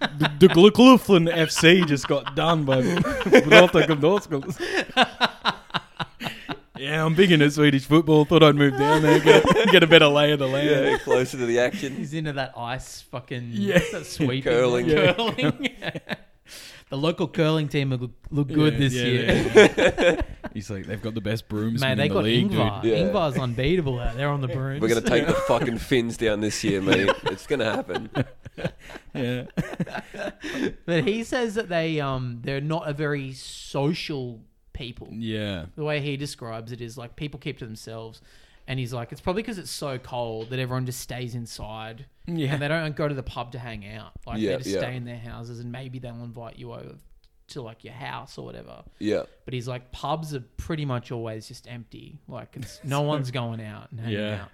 S2: the the Gluckluflin FC just got done by Rotta Gdanskus. Yeah, I'm big into Swedish football. Thought I'd move down there, get a, get a better lay of the land.
S1: Yeah, closer to the
S3: [laughs]
S1: action.
S3: he's into that ice fucking
S2: Yeah.
S3: what's
S1: [laughs]
S3: that sweeping
S1: Curling.
S2: Yeah.
S3: curling. [laughs] the local curling team look, look good
S2: Yeah,
S3: this
S2: yeah,
S3: [laughs] year,
S2: yeah, yeah. He's like, they've got the best brooms
S3: man.
S2: in
S3: They
S2: the
S3: got
S2: league,
S3: Ingvar.
S1: dude. Yeah.
S3: Ingvar's unbeatable out there on the brooms.
S1: We're gonna take the fucking fins down this year, mate. It's gonna happen.
S2: dude. Yeah,
S3: but he says that they um they're not a very social people.
S2: yeah,
S3: the way he describes it is like people keep to themselves and he's like it's probably because it's so cold that everyone just stays inside
S2: yeah.
S3: and they don't go to the pub to hang out like
S1: Yeah,
S3: they just
S1: yeah.
S3: stay in their houses and maybe they'll invite you over to like your house or whatever
S1: Yeah.
S3: but he's like pubs are pretty much always just empty like it's,
S1: [laughs]
S3: no one's going out and hanging
S2: Yeah.
S3: out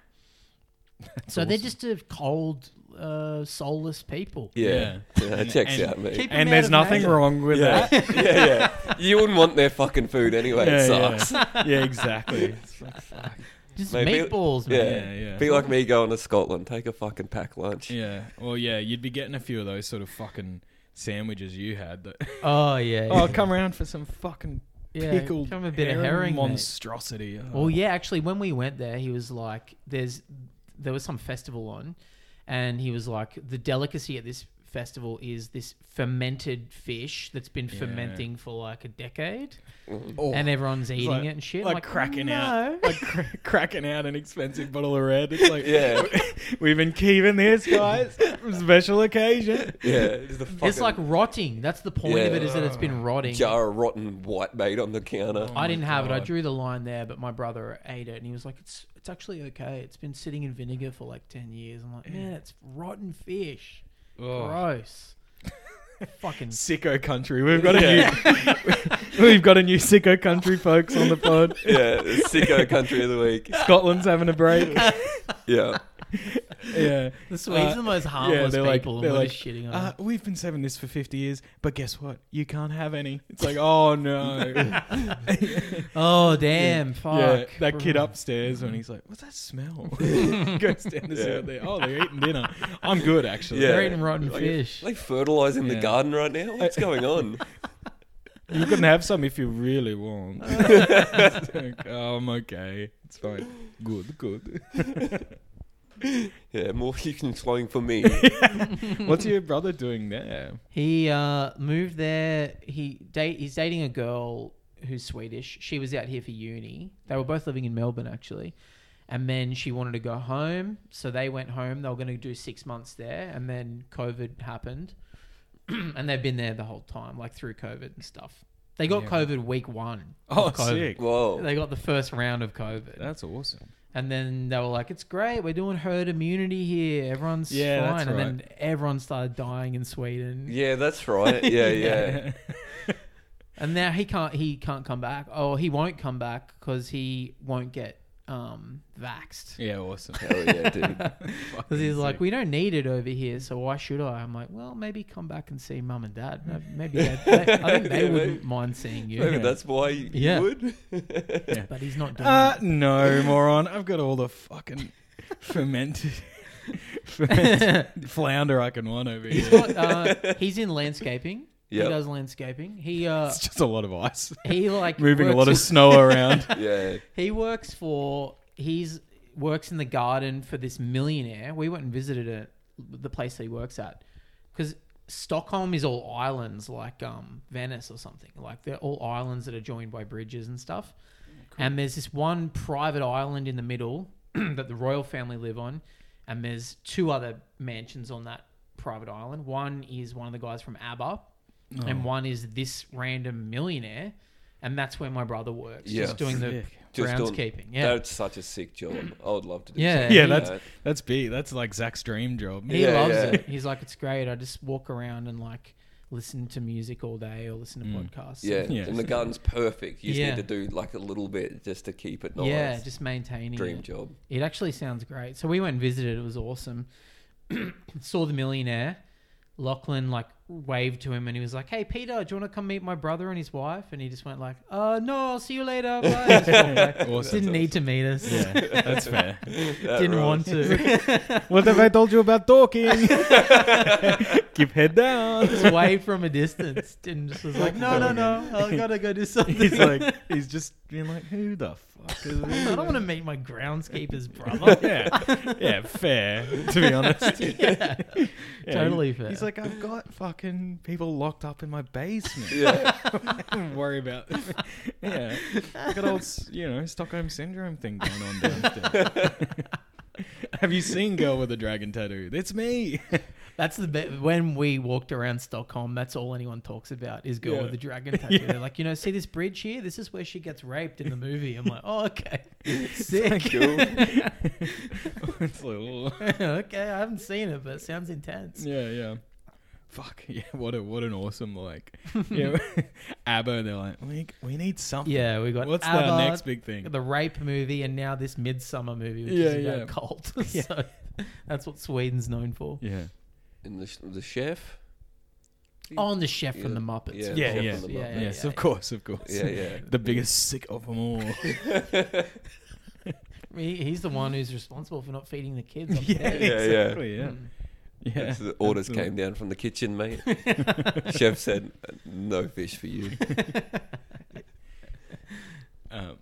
S3: so they're just a cold uh, soulless people
S1: Yeah. [laughs] yeah. it checks
S2: And-
S1: out, mate.
S3: Keep 'em
S2: And
S3: out
S2: there's
S3: of
S2: nothing
S3: Malaysia.
S2: wrong with
S1: Yeah. [laughs]
S2: that.
S1: yeah, yeah. You wouldn't want their fucking food anyway. it
S2: yeah,
S1: sucks.
S2: yeah. yeah,
S3: [laughs]
S2: exactly. It's like, fuck.
S3: just
S1: Mate, be-
S3: meatballs
S1: Yeah.
S3: man
S2: Yeah,
S1: [laughs]
S2: yeah.
S1: Be like me going to Scotland. Take a fucking pack lunch.
S2: Yeah. Well, yeah, you'd be getting a few of those sort of fucking sandwiches you had. That
S3: oh yeah, yeah.
S2: oh, come around for some fucking
S3: Yeah,
S2: pickled
S3: give him a bit of herring, mate.
S2: monstrosity. Oh.
S3: Well, yeah, actually, when we went there, he was like, "There's, there was some festival on, and he was like, the delicacy at this festival is this fermented fish that's been
S2: Yeah.
S3: fermenting for like a decade,
S2: Oh.
S3: and everyone's eating
S2: like-
S3: it and shit." I'm
S2: like, cracking
S3: no.
S2: out, like cr- [laughs] cracking out an expensive bottle of red. It's like,
S1: Yeah.
S2: [laughs] we've been keeping this, guys, for special occasion.
S1: Yeah, it's the fucking
S3: It's like rotting. That's the point of
S1: Yeah.
S3: it is that it's been rotting.
S1: jar of rotten white bait on the counter.
S3: I didn't have it.
S2: Oh
S3: I
S2: God.
S3: drew the line there, but my brother ate it, and he was like, "It's it's actually okay. It's been sitting in vinegar for like ten years." I'm like, "Man, it's rotten fish.
S2: Oh. [laughs]
S3: Oh. Gross. Fucking
S2: Sicko country. We've got a
S1: Yeah.
S2: new, [laughs] we've got a new sicko country, folks, on the pod.
S1: [laughs] [laughs] yeah, sicko country of the week.
S2: Scotland's having a break.
S1: Yeah,
S2: Yeah,
S3: the Swedes
S2: Uh,
S3: are the most harmless
S2: they're like-
S3: people,
S2: they're
S3: and we're
S2: like,
S3: just shitting on
S2: uh,
S3: them.
S2: we've been saving this for fifty years, but guess what? You can't have any. It's like,
S1: [laughs]
S2: oh no.
S3: [laughs] Oh damn! Fuck
S2: Yeah, that kid upstairs when he's like, "What's that smell?" [laughs] Goes down to see what they. Oh, they're eating dinner. I'm good actually.
S1: Yeah.
S3: They're eating rotten
S1: Like,
S3: fish.
S1: like fertilizing
S2: Yeah.
S1: the garden right now. What's going on?
S2: You can have some if you really want. It's like, oh, I'm okay. It's fine. Good, good.
S1: Yeah, more chicken flowing for me.
S2: What's your brother doing there?
S3: He uh, moved there. He date. He's dating a girl who's Swedish. She was out here for uni. They were both living in Melbourne actually, and then she wanted to go home, so they went home. They were going to do six months there, and then COVID happened, [clears throat] and they've been there the whole time, like through COVID and stuff. They got
S2: Yeah.
S3: COVID week one. of
S2: Oh,
S3: COVID.
S2: sick.
S1: Whoa.
S3: They got the first round of COVID.
S2: That's awesome.
S3: And then they were like, "It's great, we're doing herd immunity here. Everyone's
S2: Yeah, that's
S3: fine." And then everyone started dying in Sweden.
S1: Yeah, that's right.
S2: [laughs]
S1: Yeah, yeah.
S3: And now he can't he can't come back. Oh, he won't come back because he won't get um vaxxed.
S2: Yeah, awesome.
S1: Hell yeah, dude.
S3: Because he's like, we don't need it over here, so why should I? I'm like, well, maybe come back and see mum and dad. No,
S2: [laughs]
S3: Maybe they, they- I think they
S1: Yeah,
S3: wouldn't
S1: maybe.
S3: mind seeing you.
S1: Maybe that's why you
S3: Yeah.
S1: would.
S3: But he's not doing
S2: Uh,
S3: it.
S2: no, moron. I've got all the fucking [laughs] fermented, [laughs] fermented flounder I can want over
S3: He's
S2: here.
S3: got,
S2: [laughs]
S3: uh, he's in landscaping.
S1: Yep.
S3: He does landscaping. He uh
S2: It's just a lot of ice.
S3: he like
S2: Moving a
S3: works
S2: lot
S3: in-
S2: of snow around.
S3: [laughs]
S1: Yeah.
S3: He works for he's works in the garden for this millionaire. We went and visited it, the place that he works at, because Stockholm is all islands, like um, Venice or something. Like they're all islands that are joined by bridges and stuff. And there's this one private island in the middle [clears throat] that the royal family live on, and there's two other mansions on that private island. One is one of the guys from ABBA, and one is this random millionaire. And that's where my brother works,
S1: Yeah.
S3: just doing the
S2: Sick.
S1: Just on-
S3: groundskeeping. Yeah,
S1: That's such a sick job. I would love to do
S3: Yeah.
S1: something
S2: Yeah,
S1: like
S2: that's
S1: that.
S2: that's B. That's like Zach's dream job.
S3: He
S1: Yeah,
S3: loves
S1: yeah.
S3: it. He's like, it's great. I just walk around and like listen to music all day or listen to podcasts.
S1: Mm. Yeah.
S2: Yeah.
S1: and the garden's perfect. You just
S3: Yeah.
S1: need to do like a little bit just to keep it nice.
S3: Yeah, just maintaining
S1: Oh, Dream
S3: it.
S1: job.
S3: It actually sounds great. So we went and visited. It was awesome. [clears throat] Saw the millionaire. Lachlan like waved to him and he was like, "Hey Peter, do you want to come meet my brother and his wife?" And he just went like, "Uh, no, I'll see you later."
S1: [laughs]
S3: Bye. Just [laughs] walked away.
S2: Awesome.
S3: Didn't need to meet us.
S2: Yeah, that's
S3: [laughs]
S2: fair.
S1: That
S3: [laughs] Didn't
S1: rules.
S3: want to.
S2: What have I told you about talking? [laughs] Keep head down.
S3: [laughs] Just waved from a distance. Didn't just was like, "No, no, no. I gotta [laughs] go do something."
S2: He's like, he's just being like, who the fuck is
S3: I
S2: this?
S3: [laughs] don't want to meet my groundskeeper's brother.
S2: [laughs] Yeah, yeah, fair. To be honest,
S3: yeah.
S2: Yeah,
S3: Totally
S2: he-
S3: fair.
S2: He's like, I've got fucking people locked up in my basement.
S1: Yeah,
S2: Don't [laughs] worry about. yeah, got old, s- you know, Stockholm syndrome thing going on downstairs. [laughs] Have you seen girl with a dragon tattoo? That's me.
S3: That's the bit. When we walked around Stockholm, that's all anyone talks about is girl
S2: Yeah.
S3: with the dragon tattoo. They're like, you know, see this bridge here? This is where she gets raped in the movie. I'm like, oh, okay. Sick.
S1: cool.
S2: It's like, oh.
S3: [laughs] okay, I haven't seen it, but it sounds intense.
S2: Yeah, yeah. Fuck yeah! What a what an awesome like, you know, [laughs] ABBA. They're like, we we need something.
S3: Yeah, we got
S2: What's
S3: ABBA,
S2: our next big thing?
S3: the rape movie, and now this Midsummer movie, which is
S2: Yeah,
S3: about
S2: yeah.
S3: a cult. [laughs] so that's what Sweden's known for.
S2: Yeah,
S1: And the, sh- the chef. [laughs]
S3: Oh, and the chef from
S1: Yeah.
S3: the Muppets.
S1: Yeah,
S2: Yeah,
S1: chef
S2: yeah.
S1: from the
S3: Yeah,
S1: Muppets.
S3: yeah.
S2: yes, of course, of course.
S1: Yeah, yeah.
S2: The biggest sick of them [laughs] all.
S3: He, he's the one who's responsible for not feeding the Mm. kids.
S1: [laughs]
S3: upstairs.
S1: yeah.
S2: exactly. Yeah, yeah.
S1: That's the orders
S2: Absolutely.
S1: came down from the [laughs]
S3: [laughs]
S1: kitchen, mate. Chef said, "No fish for you."
S2: Oh,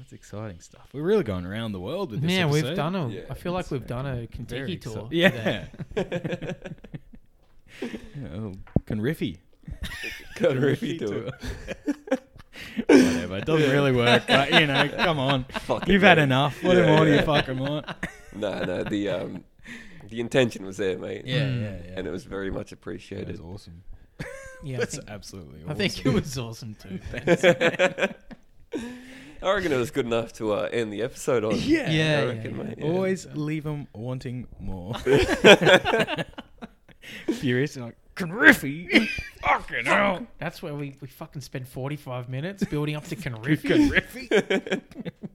S2: It's exciting stuff. We're really going around the world with this.
S3: Yeah, we've
S2: episode.
S3: done a. I
S1: Yeah,
S3: feel like
S2: it's
S3: we've done a
S2: Very
S3: Kentucky
S2: exci-
S3: tour. today.
S2: Yeah.
S3: [laughs]
S2: [laughs] oh, Conriffy.
S1: Conriffy tour.
S2: [laughs] Whatever. It doesn't really work, but you know, come on.
S1: [laughs] Fucking
S2: You've had
S1: mate.
S2: enough. What
S1: Yeah,
S2: more do you
S1: yeah. [laughs]
S2: fucking want?
S1: No, no. The um, the intention was there, mate.
S2: Yeah,
S3: Mm.
S2: yeah, yeah.
S1: And it was very much
S2: That
S1: appreciated.
S2: is awesome.
S3: yeah. I
S2: That's
S3: think,
S2: absolutely awesome.
S3: I think it was
S1: [laughs]
S3: awesome too.
S1: I reckon it was good enough to uh, end the episode on.
S2: Yeah.
S1: I
S3: Yeah, yeah,
S1: reckon,
S3: yeah.
S1: mate. yeah.
S2: Always leave them wanting [laughs] more. Furious and like, Conriffy? fucking hell.
S3: That's where we, we fucking spend forty
S1: [laughs]
S3: five minutes building up to Conriffy.
S2: Conriffy? [laughs]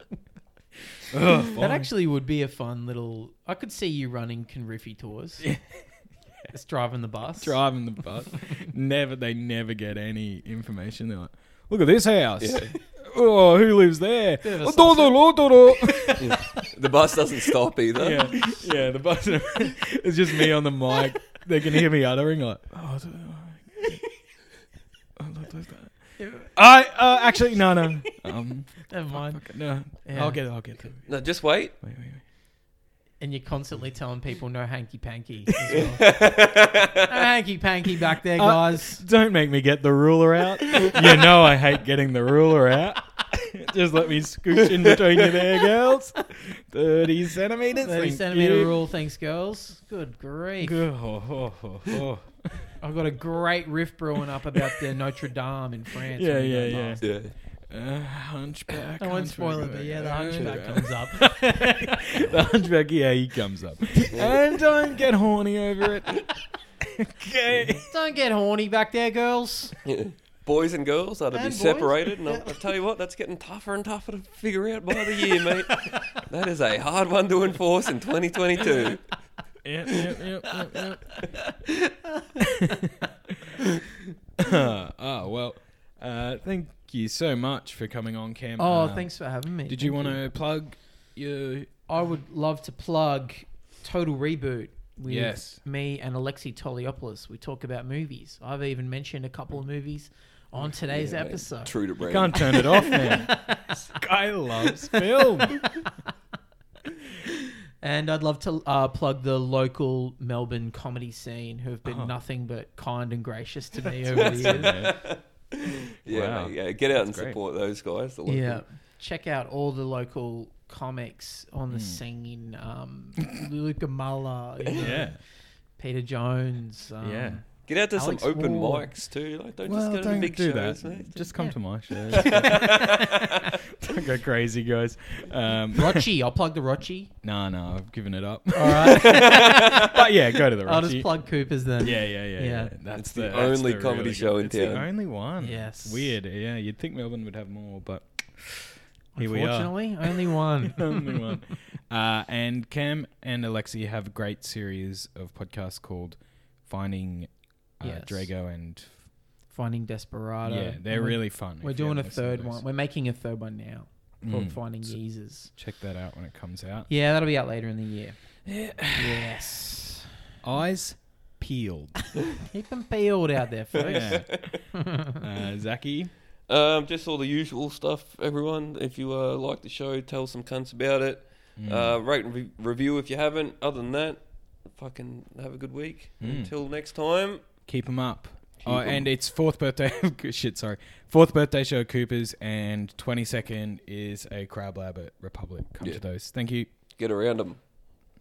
S3: That actually would be a fun little. I could see you running Conriffy tours.
S2: Yeah.
S3: Just driving the bus.
S2: driving the bus. never, they never get any information. They're like, look at this house. [laughs] Oh, who lives there?
S3: of a
S2: Oh, do, do, do, do.
S1: [laughs] The bus doesn't stop either.
S2: yeah, [laughs] yeah. The bus. it's just me on the mic. They can hear me uttering like, [laughs] oh, I don't know. I don't know [laughs]
S3: Yeah.
S2: that. I uh, actually no no um
S3: Never mind.
S2: fuck it, no
S3: Yeah.
S2: I'll get it I'll get it
S1: No, just wait.
S2: wait wait
S3: And you're constantly telling people no hanky panky.
S2: [laughs]
S3: As well. no hanky panky back there,
S2: Uh,
S3: guys.
S2: wait don't make me get the ruler out you know I hate getting the ruler out [laughs] just let me scooch in between you there girls thirty centimeters
S3: 30
S2: thank
S3: centimeter
S2: you.
S3: rule, thanks, girls. Good grief.
S2: Good. Oh, oh, oh, oh.
S3: I've got a great riff brewing up about the Notre Dame in France.
S2: Yeah,
S3: when we
S2: yeah,
S3: went
S2: yeah.
S3: last.
S1: Yeah.
S2: [laughs] Uh, hunchback.
S3: I won't spoil it,
S2: hunchback.
S3: but yeah, the hunchback
S2: Uh,
S3: comes up.
S2: [laughs] the hunchback, yeah, he comes up. and don't get horny over it.
S3: [laughs]
S2: okay.
S3: Don't get horny back there, girls.
S1: Yeah. [laughs] Boys and girls are to
S3: And
S1: be
S3: boys.
S1: separated, and I'll, I'll tell you what, that's getting tougher and tougher to figure out by the year,
S2: [laughs]
S1: mate. that is a hard one to enforce in 2022.
S2: Yep, yep, yep, yep, yep. [laughs] Uh, oh, well, uh, thank you so much for coming on, Cam.
S3: Oh,
S2: Uh,
S3: thanks for having me.
S2: Did you want to plug your.
S3: I would love to plug Total Reboot with
S2: Yes.
S3: me and Alexi Toliopoulos. We talk about movies. I've even mentioned a couple of movies on today's
S1: Yeah, mate.
S3: episode.
S1: True to brand.
S2: [laughs] Can't turn it off now. this guy [laughs] loves film.
S3: And I'd love to uh, plug the local Melbourne comedy scene who have been
S2: Oh.
S3: nothing but kind and gracious to
S2: [laughs]
S3: me over the years.
S1: Yeah,
S2: Wow.
S1: mate, yeah. Get out and
S2: great.
S1: support those guys. The local-
S3: Yeah. Check out all the local comics on
S2: Hmm.
S3: the scene. Um, Luca Muller, you know,
S2: Yeah.
S3: Peter Jones. Um,
S2: Yeah.
S1: Get out to
S3: Alex
S1: some open
S3: Ward.
S1: mics too. Like, don't
S2: well,
S1: just go to
S2: don't
S1: the big
S2: do
S1: shows,
S2: that.
S1: mate.
S2: Just come
S3: Yeah.
S2: to my [laughs] show. don't go crazy, guys. Um,
S3: Rochi, I'll plug the Rochi.
S2: no, no, I've given it up.
S3: All right.
S2: [laughs] but yeah, go to the.
S3: I'll
S2: Roxy.
S3: just plug Coopers then.
S2: Yeah, yeah, yeah, yeah.
S3: Yeah.
S2: That's
S1: It's the
S2: that's
S1: only comedy
S2: really
S1: show
S2: good-
S1: in
S2: it's The
S1: town.
S2: only one.
S3: Yes.
S2: Weird. Yeah, you'd think Melbourne would have more, but here we are.
S3: Unfortunately, only one.
S2: [laughs] only one. Uh, and Cam and Alexi have a great series of podcasts called Finding uh,
S3: Yes.
S2: Drago and
S3: Finding Desperado.
S2: yeah, they're
S3: We're-
S2: really fun.
S3: We're
S2: if you
S3: doing a
S2: haven't listened to
S3: third
S2: those.
S3: one. We're making a third one now called
S2: Mm.
S3: Finding Yeezers.
S2: Check that out when it comes out.
S3: Yeah, that'll be out later in the year. yes.
S2: Eyes
S3: [laughs]
S2: peeled.
S3: Keep them peeled out there, folks. [laughs]
S2: Yeah. uh, Zachy.
S1: Um, just all the usual stuff, everyone. If you uh, like the show, tell some cunts about it. Uh, rate and re- review if you haven't. Other than that, fucking have a good week.
S2: Mm.
S1: Until next time.
S2: Keep them up.
S1: Keep
S2: Oh,
S1: 'em.
S2: and it's fourth birthday. [laughs] shit, sorry. Fourth birthday show at Cooper's, and twenty second is a Crab Lab at Republic. Come
S1: Yeah.
S2: to those. Thank you.
S1: Get around them.